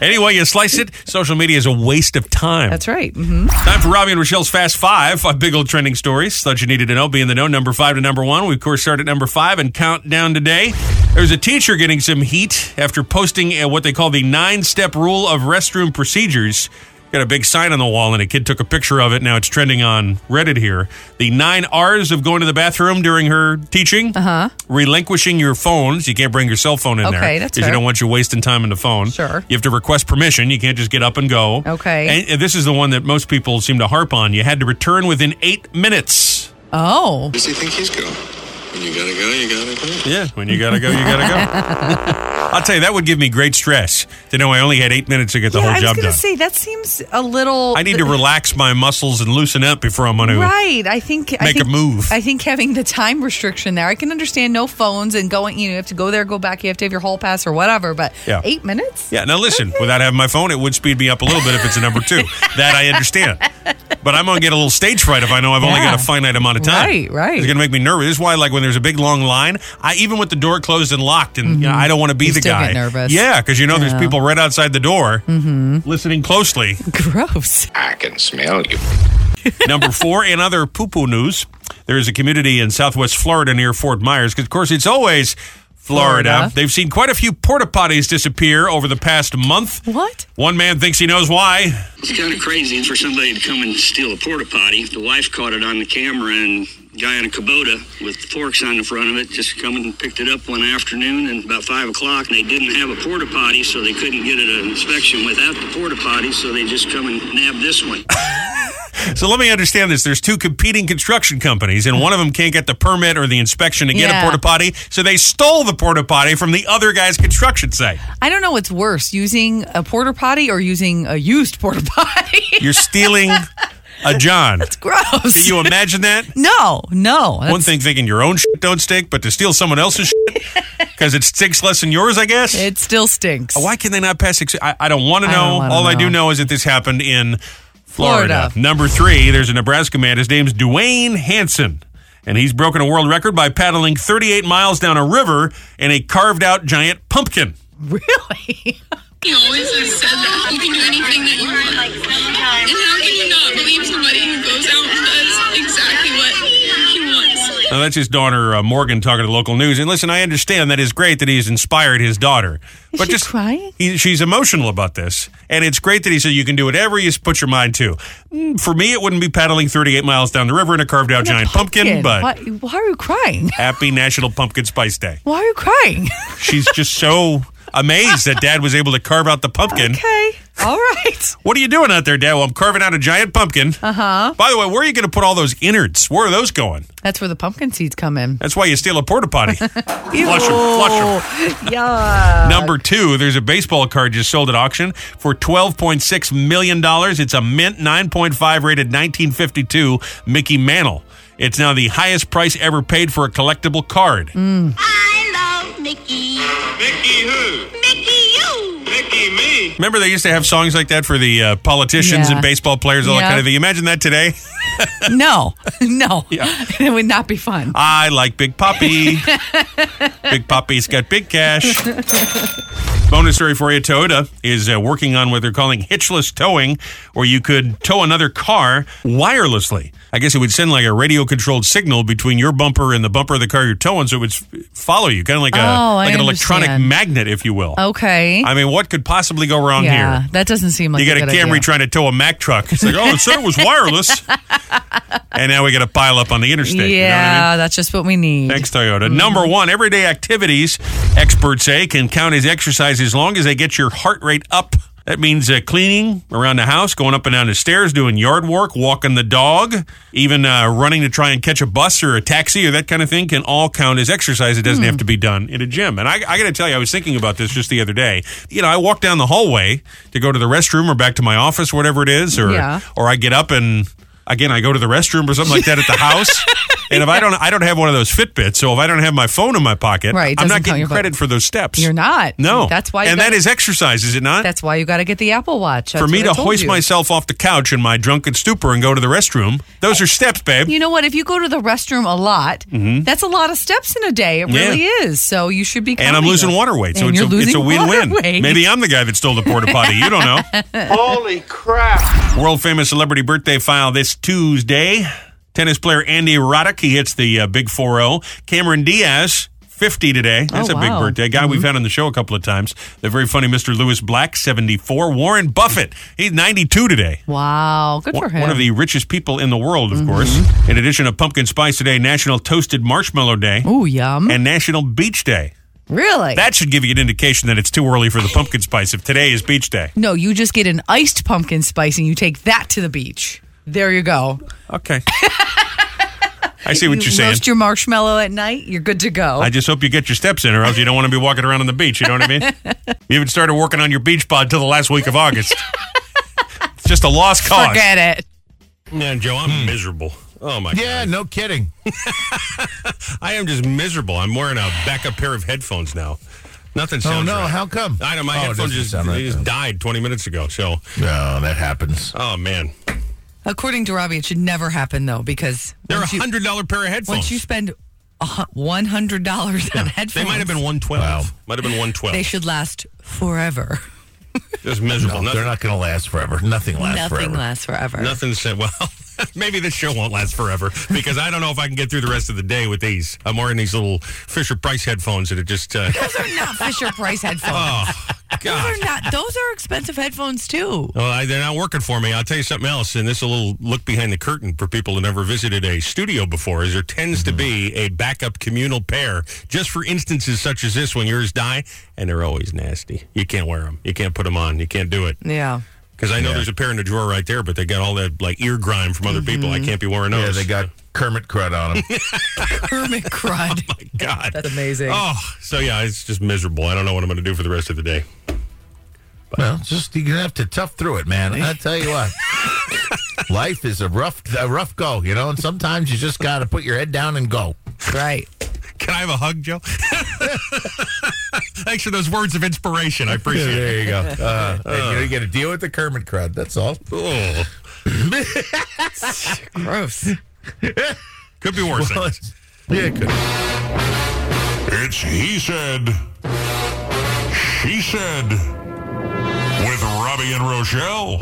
anyway, you slice it. Social media is a waste of time.
That's right. hmm
Time for Robbie and Rochelle's Fast Five. Five big old trending stories. Thought you needed to know. Be in the know. Number five to number one. We, of course, start at number five and count down today. There's a teacher getting some heat after posting uh, what they call the nine step rule of restroom procedures. Got a big sign on the wall, and a kid took a picture of it. Now it's trending on Reddit here. The nine R's of going to the bathroom during her teaching. Uh huh. Relinquishing your phones. You can't bring your cell phone in there.
Uh-huh. Okay, that's
Because you
fair.
don't want you wasting time on the phone.
Sure.
You have to request permission. You can't just get up and go.
Okay.
And and this is the one that most people seem to harp on. You had to return within eight minutes.
Oh,
Where does he think he's going? When you gotta go, you gotta go.
Yeah. When you gotta go, you gotta go. I'll tell you, that would give me great stress to know I only had eight minutes to get the
yeah,
whole
I was
job
going
done.
to say that seems a little.
I need to relax my muscles and loosen up before I'm gonna.
Right, I think I
Make a
think-
move.
I think having the time restriction there, I can understand no phones and going. You know, you have to go there, go back. You have to have your hall pass or whatever. But
Yeah.
eight minutes.
Yeah. Now listen, without having my phone, it would speed me up a little bit if it's a number two. that I understand. But I'm gonna get a little stage fright if I know I've only
Yeah.
got a finite amount of time.
Right, right.
It's gonna make me nervous. This is why, like, when there's a big long line, I even with the door closed and locked, and you know, I don't want to be
Mm-hmm. You
the
still
guy.
get nervous. Mm-hmm.
Yeah, because you know there's people right outside the door listening closely.
Gross.
I can smell you.
Number four, in other poo poo news, there is a community in southwest Florida near Fort Myers, 'cause, of course, it's always Florida.
Florida.
They've seen quite a few porta potties disappear over the past month.
What?
One man thinks he knows why.
It's kind of crazy for somebody to come and steal a porta potty. The wife caught it on the camera, and a guy in a Kubota with forks on the front of it just come and picked it up one afternoon, and about five o'clock, they didn't have a porta potty, so they couldn't get it an inspection without the porta potty, so they just come and nab this one.
So let me understand this. There's two competing construction companies, and one of them can't get the permit or the inspection to get a
Yeah.
porta potty, so they stole the porta potty from the other guy's construction site.
I don't know what's worse, using a porta potty or using a used porta potty.
You're stealing a John.
Gross.
Can you imagine that?
no, no.
One
that's-
thing thinking your own shit don't stink, but to steal someone else's shit because it stinks less than yours, I guess.
It still stinks.
Why can they not pass? Ex- I, I don't want to
I don't
know.
wanna
All I do
know.
know is that this happened in Florida.
Florida.
Number three, there's a Nebraska man. His name's Dwayne Hansen. And he's broken a world record by paddling 38 miles down a river in a carved out giant pumpkin.
Really?
You always have said that you can do anything that you want. And how can you not believe somebody who goes out and does exactly what he wants?
Now, that's his daughter, uh, Morgan, talking to local news. And listen, I understand that is great that he's inspired his daughter.
Is she crying?
he- she's emotional about this. And it's great that he said you can do whatever you put your mind to. Mm, For me, it wouldn't be paddling 38 miles down the river in a carved out giant pumpkin, but
why, why are you crying?
happy National Pumpkin Spice Day.
Why are you crying?
She's just so amazed that dad was able to carve out the pumpkin.
okay. All right.
What are you doing out there, dad? Well, I'm carving out a giant pumpkin. Uh huh.
Uh-huh.
By the way, where are you going to put all those innards? Where are those going?
That's where the pumpkin seeds come in.
That's why you steal a porta potty. flush them, flush them.
Yeah.
Number two, there's a baseball card just sold at auction for $12.6 million. It's a mint 9.5 rated 1952 Mickey Mantle. It's now the highest price ever paid for a collectible card.
Mm.
I love Mickey.
Mickey who?
Mickey, you.
Mickey me.
Remember, they used to have songs like that for the uh, politicians
Yeah.
and baseball players, all that
Yeah.
kind of thing. Imagine that today.
No, no.
Yeah.
it would not be fun.
I like Big Poppy. Big Poppy's got big cash. Bonus story for you Toyota is uh, working on what they're calling hitchless towing, where you could tow another car wirelessly. I guess it would send like a radio controlled signal between your bumper and the bumper of the car you're towing, so it would s- follow you, kind of like, a,
Oh, I
like an electronic
understand.
magnet, if you will.
Okay.
I mean, what could possibly go wrong
yeah,
here?
that doesn't seem like
you got a
good
Camry
idea.
trying to tow a Mack truck. It's like, oh, it said it was wireless. and now we got to pile up on the interstate. you know what I mean?
Yeah, that's just what we need. Mm-hmm.
Thanks, Toyota. Number one, everyday activities, experts say, can count as exercise as long as they get your heart rate up. That means uh, cleaning around the house, going up and down the stairs, doing yard work, walking the dog, even uh, running to try and catch a bus or a taxi or that kind of thing can all count as exercise. It doesn't
Hmm.
have to be done in a gym. And I, I got to tell you, I was thinking about this just the other day. You know, I walk down the hallway to go to the restroom or back to my office, whatever it is, or
Yeah.
or I get up and again I go to the restroom or something like that at the house. And if I don't, I don't have one of those Fitbits. So if I don't have my phone in my pocket,
Right, it
I'm
doesn't
not
count
getting
your vote.
credit for those steps.
You're not.
No,
That's why. You
And
gotta,
that is exercise, is it not?
That's why you got to get the Apple Watch. That's
for me
what I
to
told
hoist
you.
myself off the couch in my drunken stupor and go to the restroom. Those are steps, babe.
You know what? If you go to the restroom a lot, that's a lot of steps in a day. It really is. So you should be.
Mm-hmm. and I'm
counting
losing
them.
water weight, so
And
it's
you're
a, it's a
losing
win-win.
water weight.
Maybe I'm the guy that stole the porta potty. You don't know.
Holy crap.
World famous celebrity birthday file this Tuesday. Tennis player Andy Roddick, he hits the uh, big 4 0. Cameron Diaz, 50 today. That's
Oh,
a big
wow.
birthday. A guy we've had on the show a couple of times. The very funny Mr. Lewis Black, 74. Warren Buffett, he's 92 today.
Wow, good for
One
him.
one of the richest people in the world,
Mm-hmm.
of course. In addition to pumpkin spice today, National Toasted Marshmallow Day,
Ooh, yum.
and National Beach Day.
really?
That should give you an indication that it's too early for the pumpkin spice if today is beach day.
no, you just get an iced pumpkin spice and you take that to the beach. There you go.
Okay. I see what
you
you're saying.
Roast your marshmallow at night. You're good to go.
I just hope you get your steps in, or else you don't want to be walking around on the beach. You know what I mean? you haven't started working on your beach pod till the last week of August. it's just a lost cause.
Forget it.
Man, Joe, I'm miserable. Oh my
Yeah, no kidding.
I am just miserable. I'm wearing a backup pair of headphones now. Nothing
Oh,
sounds
no.
right.
How come?
I know my
Oh, it
headphones
doesn't
just,
sound right,
they just
though.
died 20 minutes ago. So,
No, that happens.
oh man,
According to Robbie, it should never happen though because
they're a
once you,
hundred dollar pair of headphones.
once you spend a hu- $100 on headphones,
they might have been one twelve.
Wow.
Might have been one twelve.
they should last forever.
Just miserable.
No,
Nothing-
Oh, they're not going to last forever. Nothing lasts
Nothing
forever.
lasts forever.
Nothing said. Well, maybe this show won't last forever because I don't know if I can get through the rest of the day with these. I'm wearing these little Fisher Price headphones that are just. Uh,
Those are not Fisher Price headphones.
oh
Those
God.
are not. Those are expensive headphones too.
Well, I, they're not working for me. I'll tell you something else, and this is a little look behind the curtain for people who never visited a studio before. Is there tends to be a backup communal pair just for instances such as this when yours die, and they're always nasty. You can't wear them. You can't put them on. You can't do it.
Yeah.
Because I know there's a pair in the drawer right there, but they got all that like ear grime from other people.
Mm-hmm.
I can't be wearing
Yeah,
those.
they got Kermit crud on them.
Hermit crud.
Oh, God.
That's amazing.
Oh, so yeah, it's just miserable. I don't know what I'm going to do for the rest of the day.
well, just you're going to have to tough through it, man. I tell you what. Life is a rough a rough go, you know, and sometimes you just got to put your head down and go.
Right.
Can I have a hug, Joe? Thanks for those words of inspiration. I appreciate it.
there you go. Uh, and you got to deal with the Kermit crud. That's all.
Oh,
Gross.
could be worse. I guess.
Yeah, it could.
It's He Said, She Said, with Robbie and Rochelle.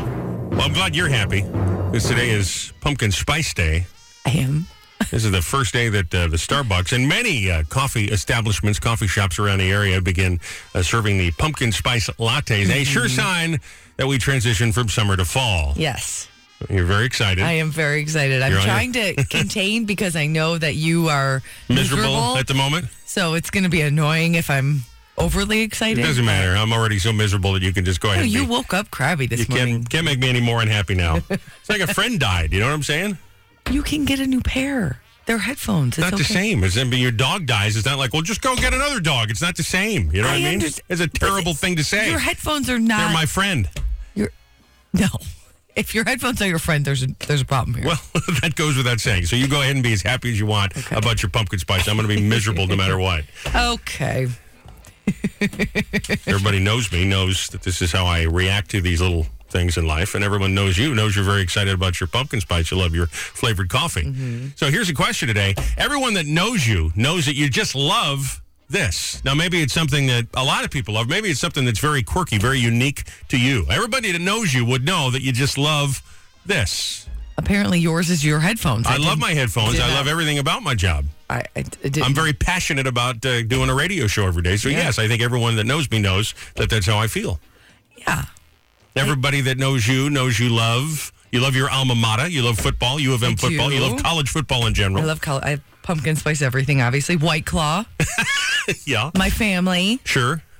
Well, I'm glad you're happy. Because today is Pumpkin Spice Day.
I am.
This is the first day that uh, the Starbucks and many uh, coffee establishments, coffee shops around the area begin uh, serving the pumpkin spice lattes. A sure
Mm-hmm.
sign that we transition from summer to fall.
Yes.
You're very excited.
I am very excited.
You're
I'm
on
trying to contain because I know that you are miserable.
miserable at the moment?
so it's going to be annoying if I'm overly
It
excited.
doesn't matter. I'm already so miserable that you can just go ahead.
No,
and
you
be-
woke up crabby this
you
morning.
can't can't make me any more unhappy now. it's like a friend died. You know what I'm saying?
You can get a new pair. They're headphones. It's
Not the
okay.
same. It's, I mean, your dog dies. It's not like, well, just go get another dog. It's not the same. You know what I,
I
mean?
underst-
It's a terrible thing to say.
Your headphones are not.
They're my friend.
your, no. If your headphones are your friend, there's a, there's a problem here.
Well, that goes without saying. So you go ahead and be as happy as you want about your pumpkin spice. I'm going to be miserable no matter what.
Okay.
Everybody knows me, knows that this is how I react to these little things in life, and everyone knows you, knows you're very excited about your pumpkin spice. You love your
Mm-hmm.
flavored coffee. So here's a question today: Everyone that knows you knows that you just love this. Now, maybe it's something that a lot of people love. Maybe it's something that's very quirky, very unique to you. Everybody that knows you would know that you just love this.
Apparently, yours is your headphones.
I, love
didn't-
my headphones.
did
I
not-
love everything about my job.
I, I, did
I'm very passionate about uh, doing a radio show every day. So, yes, I think everyone that knows me knows that that's how I feel.
Yeah.
Everybody that knows you knows you love. You love your alma mater. You love football, U of M
I
football. You
do.
love college football in general.
I love color. I have pumpkin spice everything, obviously. White Claw,
yeah,
my family,
sure.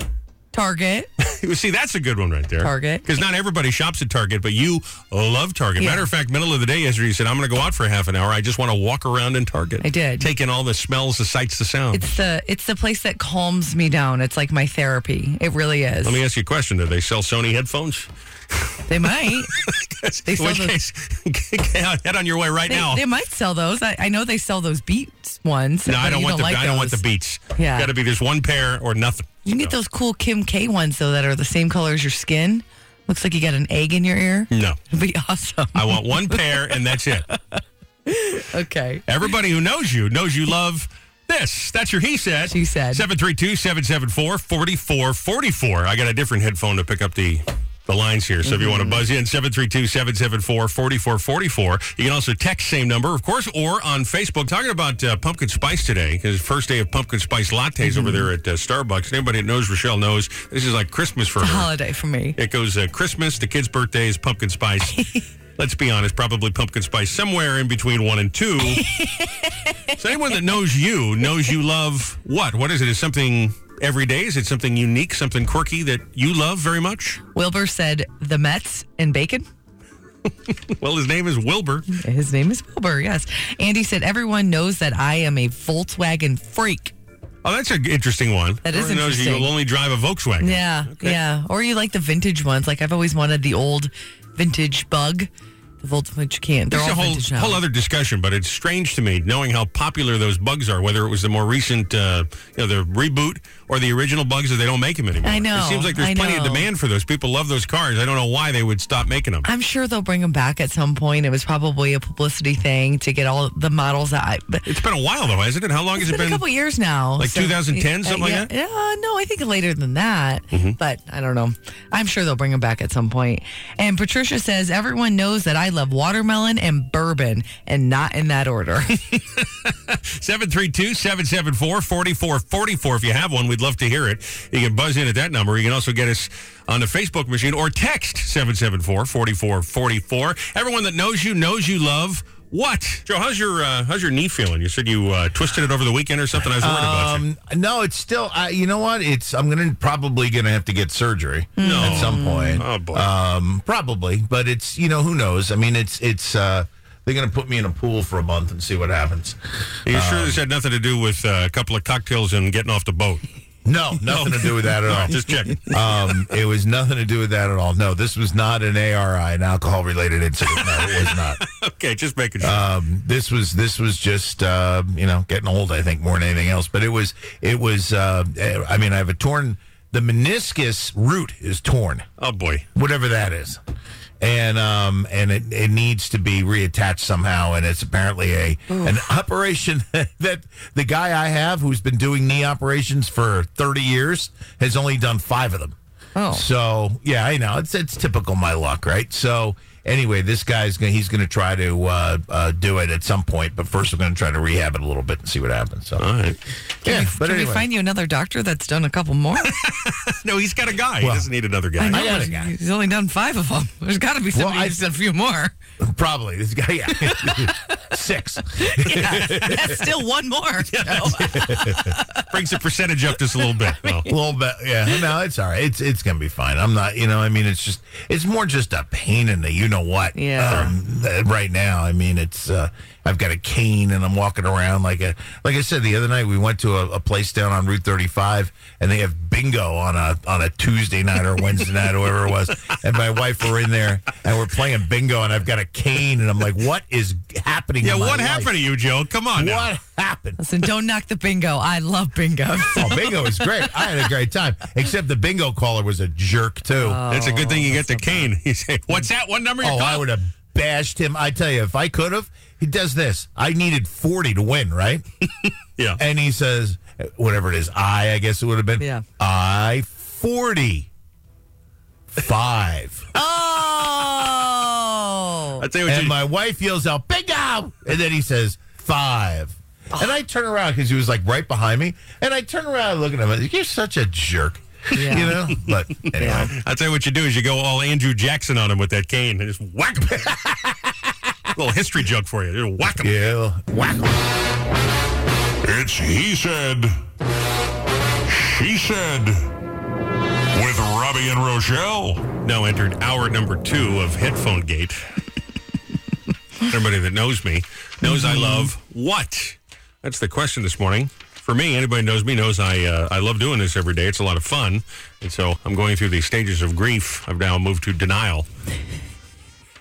Target.
Well, See, that's a good one right there.
Target.
Because not everybody shops at Target, but you love Target.
Yeah.
Matter of fact, middle of the day yesterday, you said, I'm going to go out for half an hour. I just want to walk around in Target.
I did.
Take in all the smells, the sights, the sounds.
It's the it's the place that calms me down. It's like my therapy. It really is.
Let me ask you a question. Do they sell Sony headphones?
they might. They
in
sell
which
those-
case, head on your way right
They,
now.
they might sell those. I, I know they sell those Beats ones.
no, I
but
don't
you
want the
like
I don't want the
those.
beats.
Yeah.
Got to be just one pair or nothing.
You can get those cool Kim K ones though that are the same color as your skin. Looks like you got an egg in your ear.
No.
It'd be awesome.
I want one pair and that's it.
okay.
Everybody who knows you knows you love this. That's your he said.
She said.
732 774 4444. I got a different headphone to pick up the. The lines here. So if you
Mm-hmm.
want to buzz in, 732 774 4444. You can also text same number, of course, or on Facebook. Talking about uh, pumpkin spice today, because first day of pumpkin spice lattes over
Mm-hmm.
there at uh, Starbucks. And Anybody that knows Rochelle knows this is like Christmas for
It's a
her.
holiday for me.
It goes uh, Christmas, the kids' birthdays, pumpkin spice. Let's be honest, probably pumpkin spice somewhere in between one and two. so anyone that knows you knows you love what? What is it? Is something every day? Is it something unique, something quirky that you love very much?
Wilbur said the Mets and bacon.
Well, his name is Wilbur.
His name is Wilbur, yes. Andy said, Everyone knows that I am a Volkswagen freak.
Oh, that's an interesting one.
That is
Everyone knows
interesting.
You'll only drive a Volkswagen.
Yeah, yeah. Or you like the vintage ones. Like I've always wanted the old vintage bug. The Volt, which you can't. They're
It's a
all
whole,
vintage now.
whole other discussion, but it's strange to me knowing how popular those bugs are. Whether it was the more recent, uh, you know, the reboot or the original bugs, that they don't make them anymore.
I know,
It seems like there's
I
plenty of
know.
demand for those. People love those cars. I don't know why they would stop making them.
I'm sure they'll bring them back at some point. It was probably a publicity thing to get all the models that I. But
it's been a while though, hasn't it? How long
it's
has
been,
it been?
a couple years now.
like 2010, something like
yeah,
that?
Uh, no, I think later than that.
Mm-hmm.
But I don't know. I'm sure they'll bring them back at some point. And Patricia says everyone knows that I love watermelon and bourbon, and not in that order.
732 774 4444. If you have one, we'd love to hear it. You can buzz in at that number. You can also get us on the Facebook machine or text 774 4444. Everyone that knows you knows you love what? Joe, how's your uh, how's your knee feeling? You said you uh, twisted it over the weekend or something. I was worried about you.
Um, no, it's still. I, you know what? It's. I'm gonna probably gonna have to get surgery at some point.
Oh, boy.
Um, probably, but it's. You know, who knows? I mean, it's. It's. Uh, they're gonna put me in a pool for a month and see what happens.
Are you
um,
sure this had nothing to do with uh, a couple of cocktails and getting off the boat?
No, nothing to do with that at all.
Just checking.
Um, it was nothing to do with that at all. No, this was not an ARI, an alcohol related incident. No, it was not.
okay, just making sure.
Um, this was this was just uh, you know getting old, I think, more than anything else. But it was it was. Uh, I mean, I have a torn. The meniscus root is torn,
oh, boy.
whatever that is, and um and it, it needs to be reattached somehow. And it's apparently a an operation that the guy I have, who's been doing knee operations for thirty years, has only done five of them.
oh.
So yeah, I know it's it's typical my luck, right? So anyway, this guy's gonna he's gonna try to uh, uh, do it at some point, but first we're gonna try to rehab it a little bit and see what happens. So
All right.
yeah, but
Can
anyway,
we find you another doctor that's done a couple more?
No, he's got a guy. he
Well,
doesn't need another guy.
know. I got a guy.
He's only done five of them. There's got to be somebody
I-
who's done a few more.
probably this guy yeah six.
That's still one more.
Brings the percentage up just a little bit. though.
A little bit, yeah. No, it's all right. It's it's gonna be fine. I'm not, you know. I mean, it's just it's more just a pain in the you know what.
Yeah.
Um, th- right now, I mean, it's uh, I've got a cane and I'm walking around like a like I said the other night. We went to a, a place down on Route 35 and they have bingo on a on a Tuesday night or Wednesday night or whatever it was. And my wife were in there and we're playing bingo and I've got a cane and I'm like, what is happening?
Yeah,
in my
what
life?
happened to you, Joe? Come on now.
What happened?
Listen, don't knock the bingo. I love bingo.
Oh, bingo was great. I had a great time. Except the bingo caller was a jerk too.
Uh,
That's a good thing you get the cane. You say, "What's that? What number you
Oh, I
call?"
would have bashed him. I tell you, if I could have, he does this. I needed 40 to win, right?
Yeah.
And he says, whatever it is, I, I guess it would have been.
Yeah.
I 40. Five.
Oh.
I'd say what
and
you,
my wife yells out, bingo! And then he says, five. And I turn around because he was like right behind me. And I turn around and look at him. I'm like, You're such a jerk.
Yeah.
You know? But anyway.
I'd say what you do is you go all Andrew Jackson on him with that cane and just whack him. little history joke for you. Just whack him.
Yeah. Whack.
It's He Said, She Said with Robbie and Rochelle.
Now entered hour number two of Headphone Gate. Everybody that knows me knows I love what? That's the question this morning. For me, anybody who knows me knows I uh, I love doing this every day. It's a lot of fun, and so I'm going through these stages of grief. I've now moved to denial,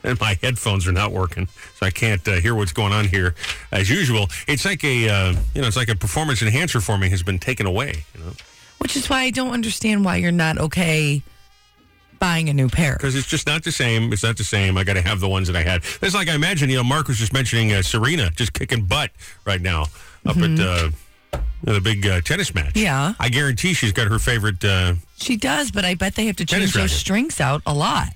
and my headphones are not working, so I can't uh, hear what's going on here as usual. It's like a uh, you know, it's like a performance enhancer for me has been taken away. You know,
Which is why I don't understand why you're not okay buying a new pair.
because it's just not the same. It's not the same. I got to have the ones that I had. It's like I imagine, you know, Mark was just mentioning uh, Serena just kicking butt right now up at uh, you know, the big uh, tennis match.
Yeah.
I guarantee she's got her favorite. Uh,
She does, but I bet they have to
Tennis
change those
racket.
strings out a lot.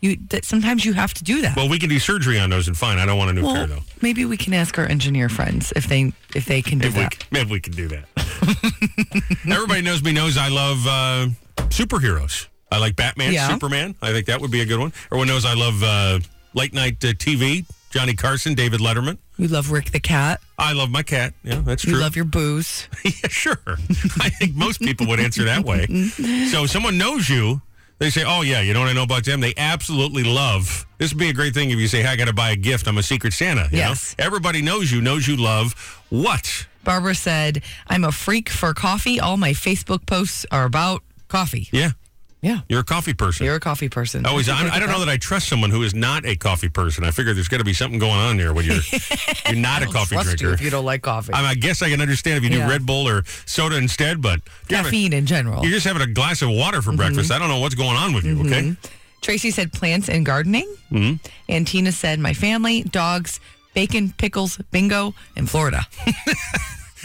You that sometimes you have to do that.
well, we can do surgery on those and fine. I don't want a new pair though.
maybe we can ask our engineer friends if they if they can do
If we,
that.
c- if we can do that. Everybody knows me knows I love uh, superheroes. I like Batman,
Yeah.
Superman. I think that would be a good one. Everyone knows I love uh, late night uh, TV. Johnny Carson, David Letterman.
You love Rick the cat.
I love my cat. Yeah, that's
You
true.
love your booze.
Yeah, sure. I think most people would answer that way. So if someone knows you, they say, "Oh yeah, you know what I know about them? They absolutely love." This would be a great thing if you say, hey, "I got to buy a gift. I'm a secret Santa." You
Yes.
Know? Everybody knows you. Knows you love what?
Barbara said, "I'm a freak for coffee. All my Facebook posts are about coffee."
Yeah,
Yeah,
you're a coffee person.
you're a coffee person.
I always, I'm, I don't know Oh, that I trust someone who is not a coffee person. I figure there's got to be something going on there when you're you're not a coffee
Trust you
drinker.
if you don't like coffee,
I, mean, I guess I can understand if you
Yeah.
do Red Bull or soda instead, but you're having-
caffeine Mm-hmm. in general.
you're just having a glass of water for breakfast. I don't know what's going on with you.
Mm-hmm.
Okay.
Tracy said plants and gardening. Mm-hmm. And Tina said my family, dogs, bacon, pickles, bingo, and Florida.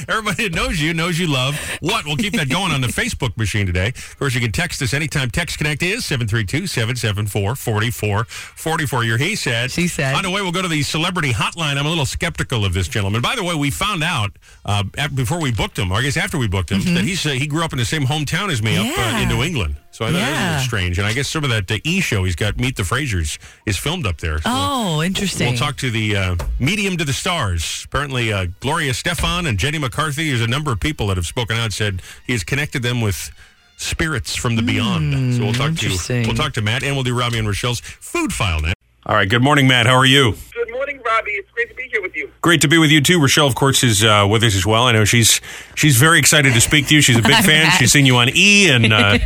Everybody that knows you knows you love what? We'll keep that going on the Facebook machine today. Of course, you can text us anytime. Text Connect is 732 774 4444. Your he said.
She said.
On the way, we'll go to the celebrity hotline. I'm a little skeptical of this gentleman. By the way, we found out uh, af- before we booked him, or I guess after we booked him, that he's, uh, he grew up in the same hometown as me up uh,
Mm-hmm. Yeah.
in New England. So I thought that was a little
Yeah.
strange. And I guess some of that uh, E show he's got, Meet the Frasers, is filmed up there. So
Oh, interesting.
We'll talk to the uh, medium to the stars. Apparently, uh, Gloria Stefan and Jenny McCarthy. There's a number of people that have spoken out. Said he has connected them with spirits from the beyond. So we'll talk to
Hmm, interesting.
we'll talk to Matt, and we'll do Robbie and Rochelle's food file next. All right. Good morning, Matt. How are you?
Good morning, Robbie. It's great to be here with you.
Great to be with you too. Rochelle, of course, is uh, with us as well. I know she's she's very excited to speak to you. She's a big fan. She's seen you on E, and uh,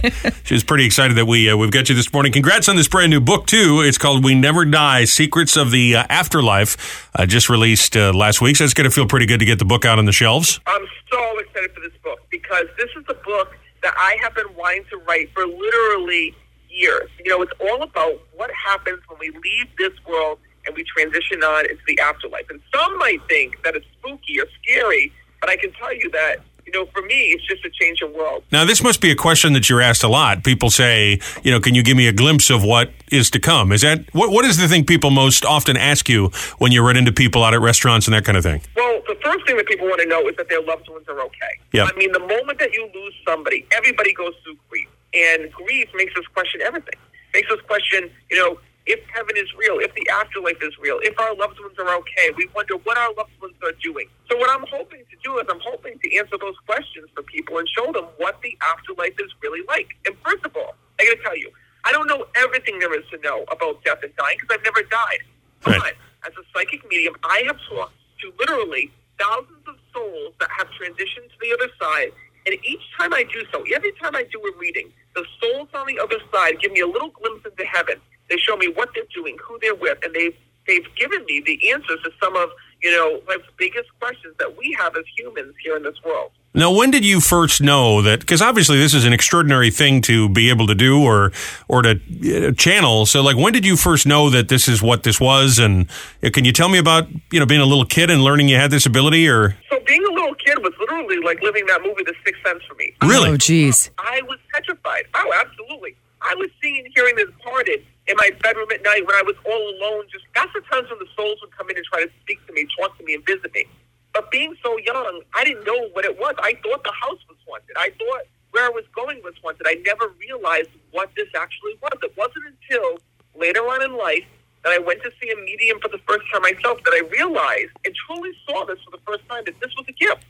she's pretty excited that we uh, we've got you this morning. Congrats on this brand new book too. It's called "We Never Die: Secrets of the uh, Afterlife." Uh, just released uh, last week, so it's going to feel pretty good to get the book out on the shelves.
I'm so excited for this book because this is the book that I have been wanting to write for literally years. You know, it's all about what happens when we leave this world and we transition on into the afterlife. And some might think that it's spooky or scary, but I can tell you that, you know, for me, it's just a change of world.
Now, this must be a question that you're asked a lot. People say, you know, can you give me a glimpse of what is to come? Is that what, what is the thing people most often ask you when you run into people out at restaurants and that kind of thing?
Well, the first thing that people want to know is that their loved ones are okay.
Yep.
I mean, the moment that you lose somebody, everybody goes through grief, and grief makes us question everything. Makes us question, you know, if heaven is real, if the afterlife is real, if our loved ones are okay. We wonder what our loved ones are doing. So, what I'm hoping to do is I'm hoping to answer those questions for people and show them what the afterlife is really like. And first of all, I got to tell you, I don't know everything there is to know about death and dying because I've never died.
Right.
But as a psychic medium, I have talked to literally thousands of souls that have transitioned to the other side. And each time I do so, every time I do a reading, the souls on the other side give me a little glimpse into heaven. They show me what they're doing, who they're with, and they've they've given me the answers to some of you know life's biggest questions that we have as humans here in this world.
Now, when did you first know that? Because obviously, this is an extraordinary thing to be able to do or or to uh, channel. So, like, when did you first know that this is what this was? And uh, can you tell me about you know being a little kid and learning you had this ability? Or
So being a little kid was literally like living that movie, The Sixth Sense, for me.
really,
Oh, jeez.
I was petrified. Oh, absolutely. I was seeing and hearing this parted in my bedroom at night when I was all alone. Just that's the times when the souls would come in and try to speak to me, talk to me, and visit me. But being so young, I didn't know what it was. I thought the house was haunted. I thought where I was going was haunted. I never realized what this actually was. It wasn't until later on in life that I went to see a medium for the first time myself that I realized and truly saw this for the first time that this was a gift.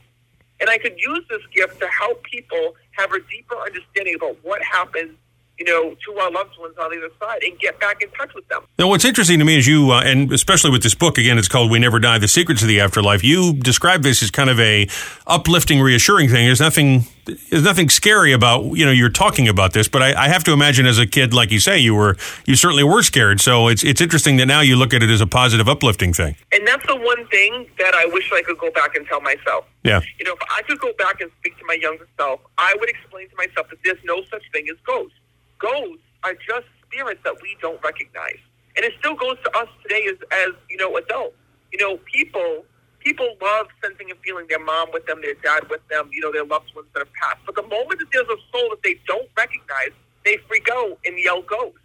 And I could use this gift to help people have a deeper understanding about what happens, you know, to our loved ones on the other side and get back in touch with them.
Now, what's interesting to me is you, uh, and especially with this book, again, it's called "We Never Die: The Secrets of the Afterlife." You describe this as kind of a uplifting, reassuring thing. There's nothing, there's nothing scary about you know you're talking about this, but I, I have to imagine as a kid, like you say, you were you certainly were scared. So it's it's interesting that now you look at it as a positive, uplifting thing.
And that's the one thing that I wish I could go back and tell myself.
Yeah.
You know, if I could go back and speak to my younger self, I would explain to myself that there's no such thing as ghosts. Ghosts are just spirits that we don't recognize. And it still goes to us today as, as you know, adults. You know, people people love sensing and feeling their mom with them, their dad with them, you know, their loved ones that have passed. But the moment that there's a soul that they don't recognize, they freak out and yell ghost.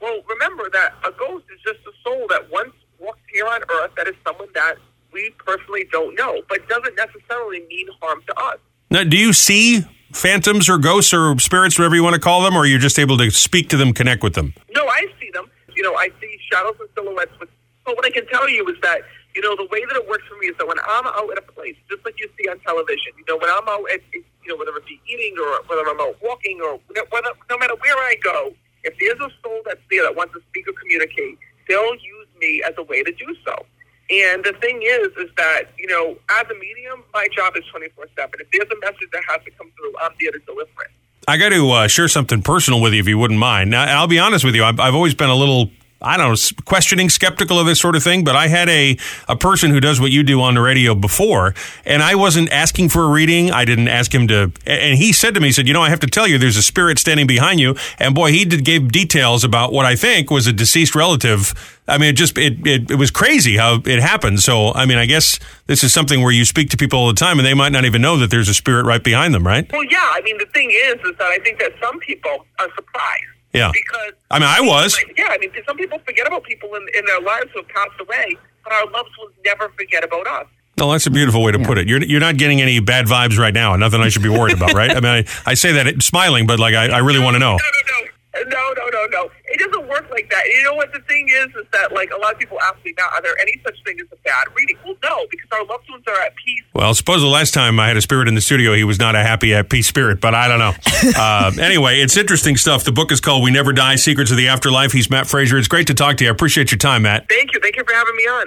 Well, remember that a ghost is just a soul that once walked here on earth that is someone that we personally don't know, but doesn't necessarily mean harm to us.
Now, do you see phantoms or ghosts or spirits, whatever you want to call them, or you're just able to speak to them, connect with them?
No, I see them. You know, I see shadows and silhouettes. But, but what I can tell you is that, you know, the way that it works for me is that when I'm out at a place, just like you see on television, you know, when I'm out at, you know, whether it be eating or whether I'm out walking or whether, no matter where I go, if there's a soul that's there that wants to speak or communicate, they'll use me as a way to do so. And the thing is, is that, you know, as a medium, my job is 24-7. If there's a message that has to come through, I'm there to deliver it.
I got to uh, share something personal with you if you wouldn't mind. Now, I'll be honest with you. I've, I've always been a little, I don't know, s- questioning, skeptical of this sort of thing, but I had a, a person who does what you do on the radio before, and I wasn't asking for a reading. I didn't ask him to. a- And he said to me, he said, You know, I have to tell you, there's a spirit standing behind you. And boy, he did, gave details about what I think was a deceased relative. I mean, it just, it, it, it was crazy how it happened. So, I mean, I guess this is something where you speak to people all the time, and they might not even know that there's a spirit right behind them, right?
Well, yeah. I mean, the thing is, is that I think that some people are surprised.
Yeah.
Because
I mean, I was.
yeah, I mean, some people forget about people in, in their lives who have passed away, but our loved ones never forget about us.
Well, that's a beautiful way to put it. You're you're not getting any bad vibes right now. Nothing I should be worried about, right? I mean, I, I say that smiling, but like I, I really want to know.
No, no, no, no, no, no. It doesn't work like that. And you know what the thing is? Is that like a lot of people ask me now, are there any such thing as a bad reading? Well, no, because our loved ones are at peace.
Well, suppose the last time I had a spirit in the studio, he was not a happy, at peace spirit, but I don't know. Uh, anyway, it's interesting stuff. The book is called "We Never Die: Secrets of the Afterlife." He's Matt Fraser. It's great to talk to you. I appreciate your time, Matt.
Thank you, thank you for having me on.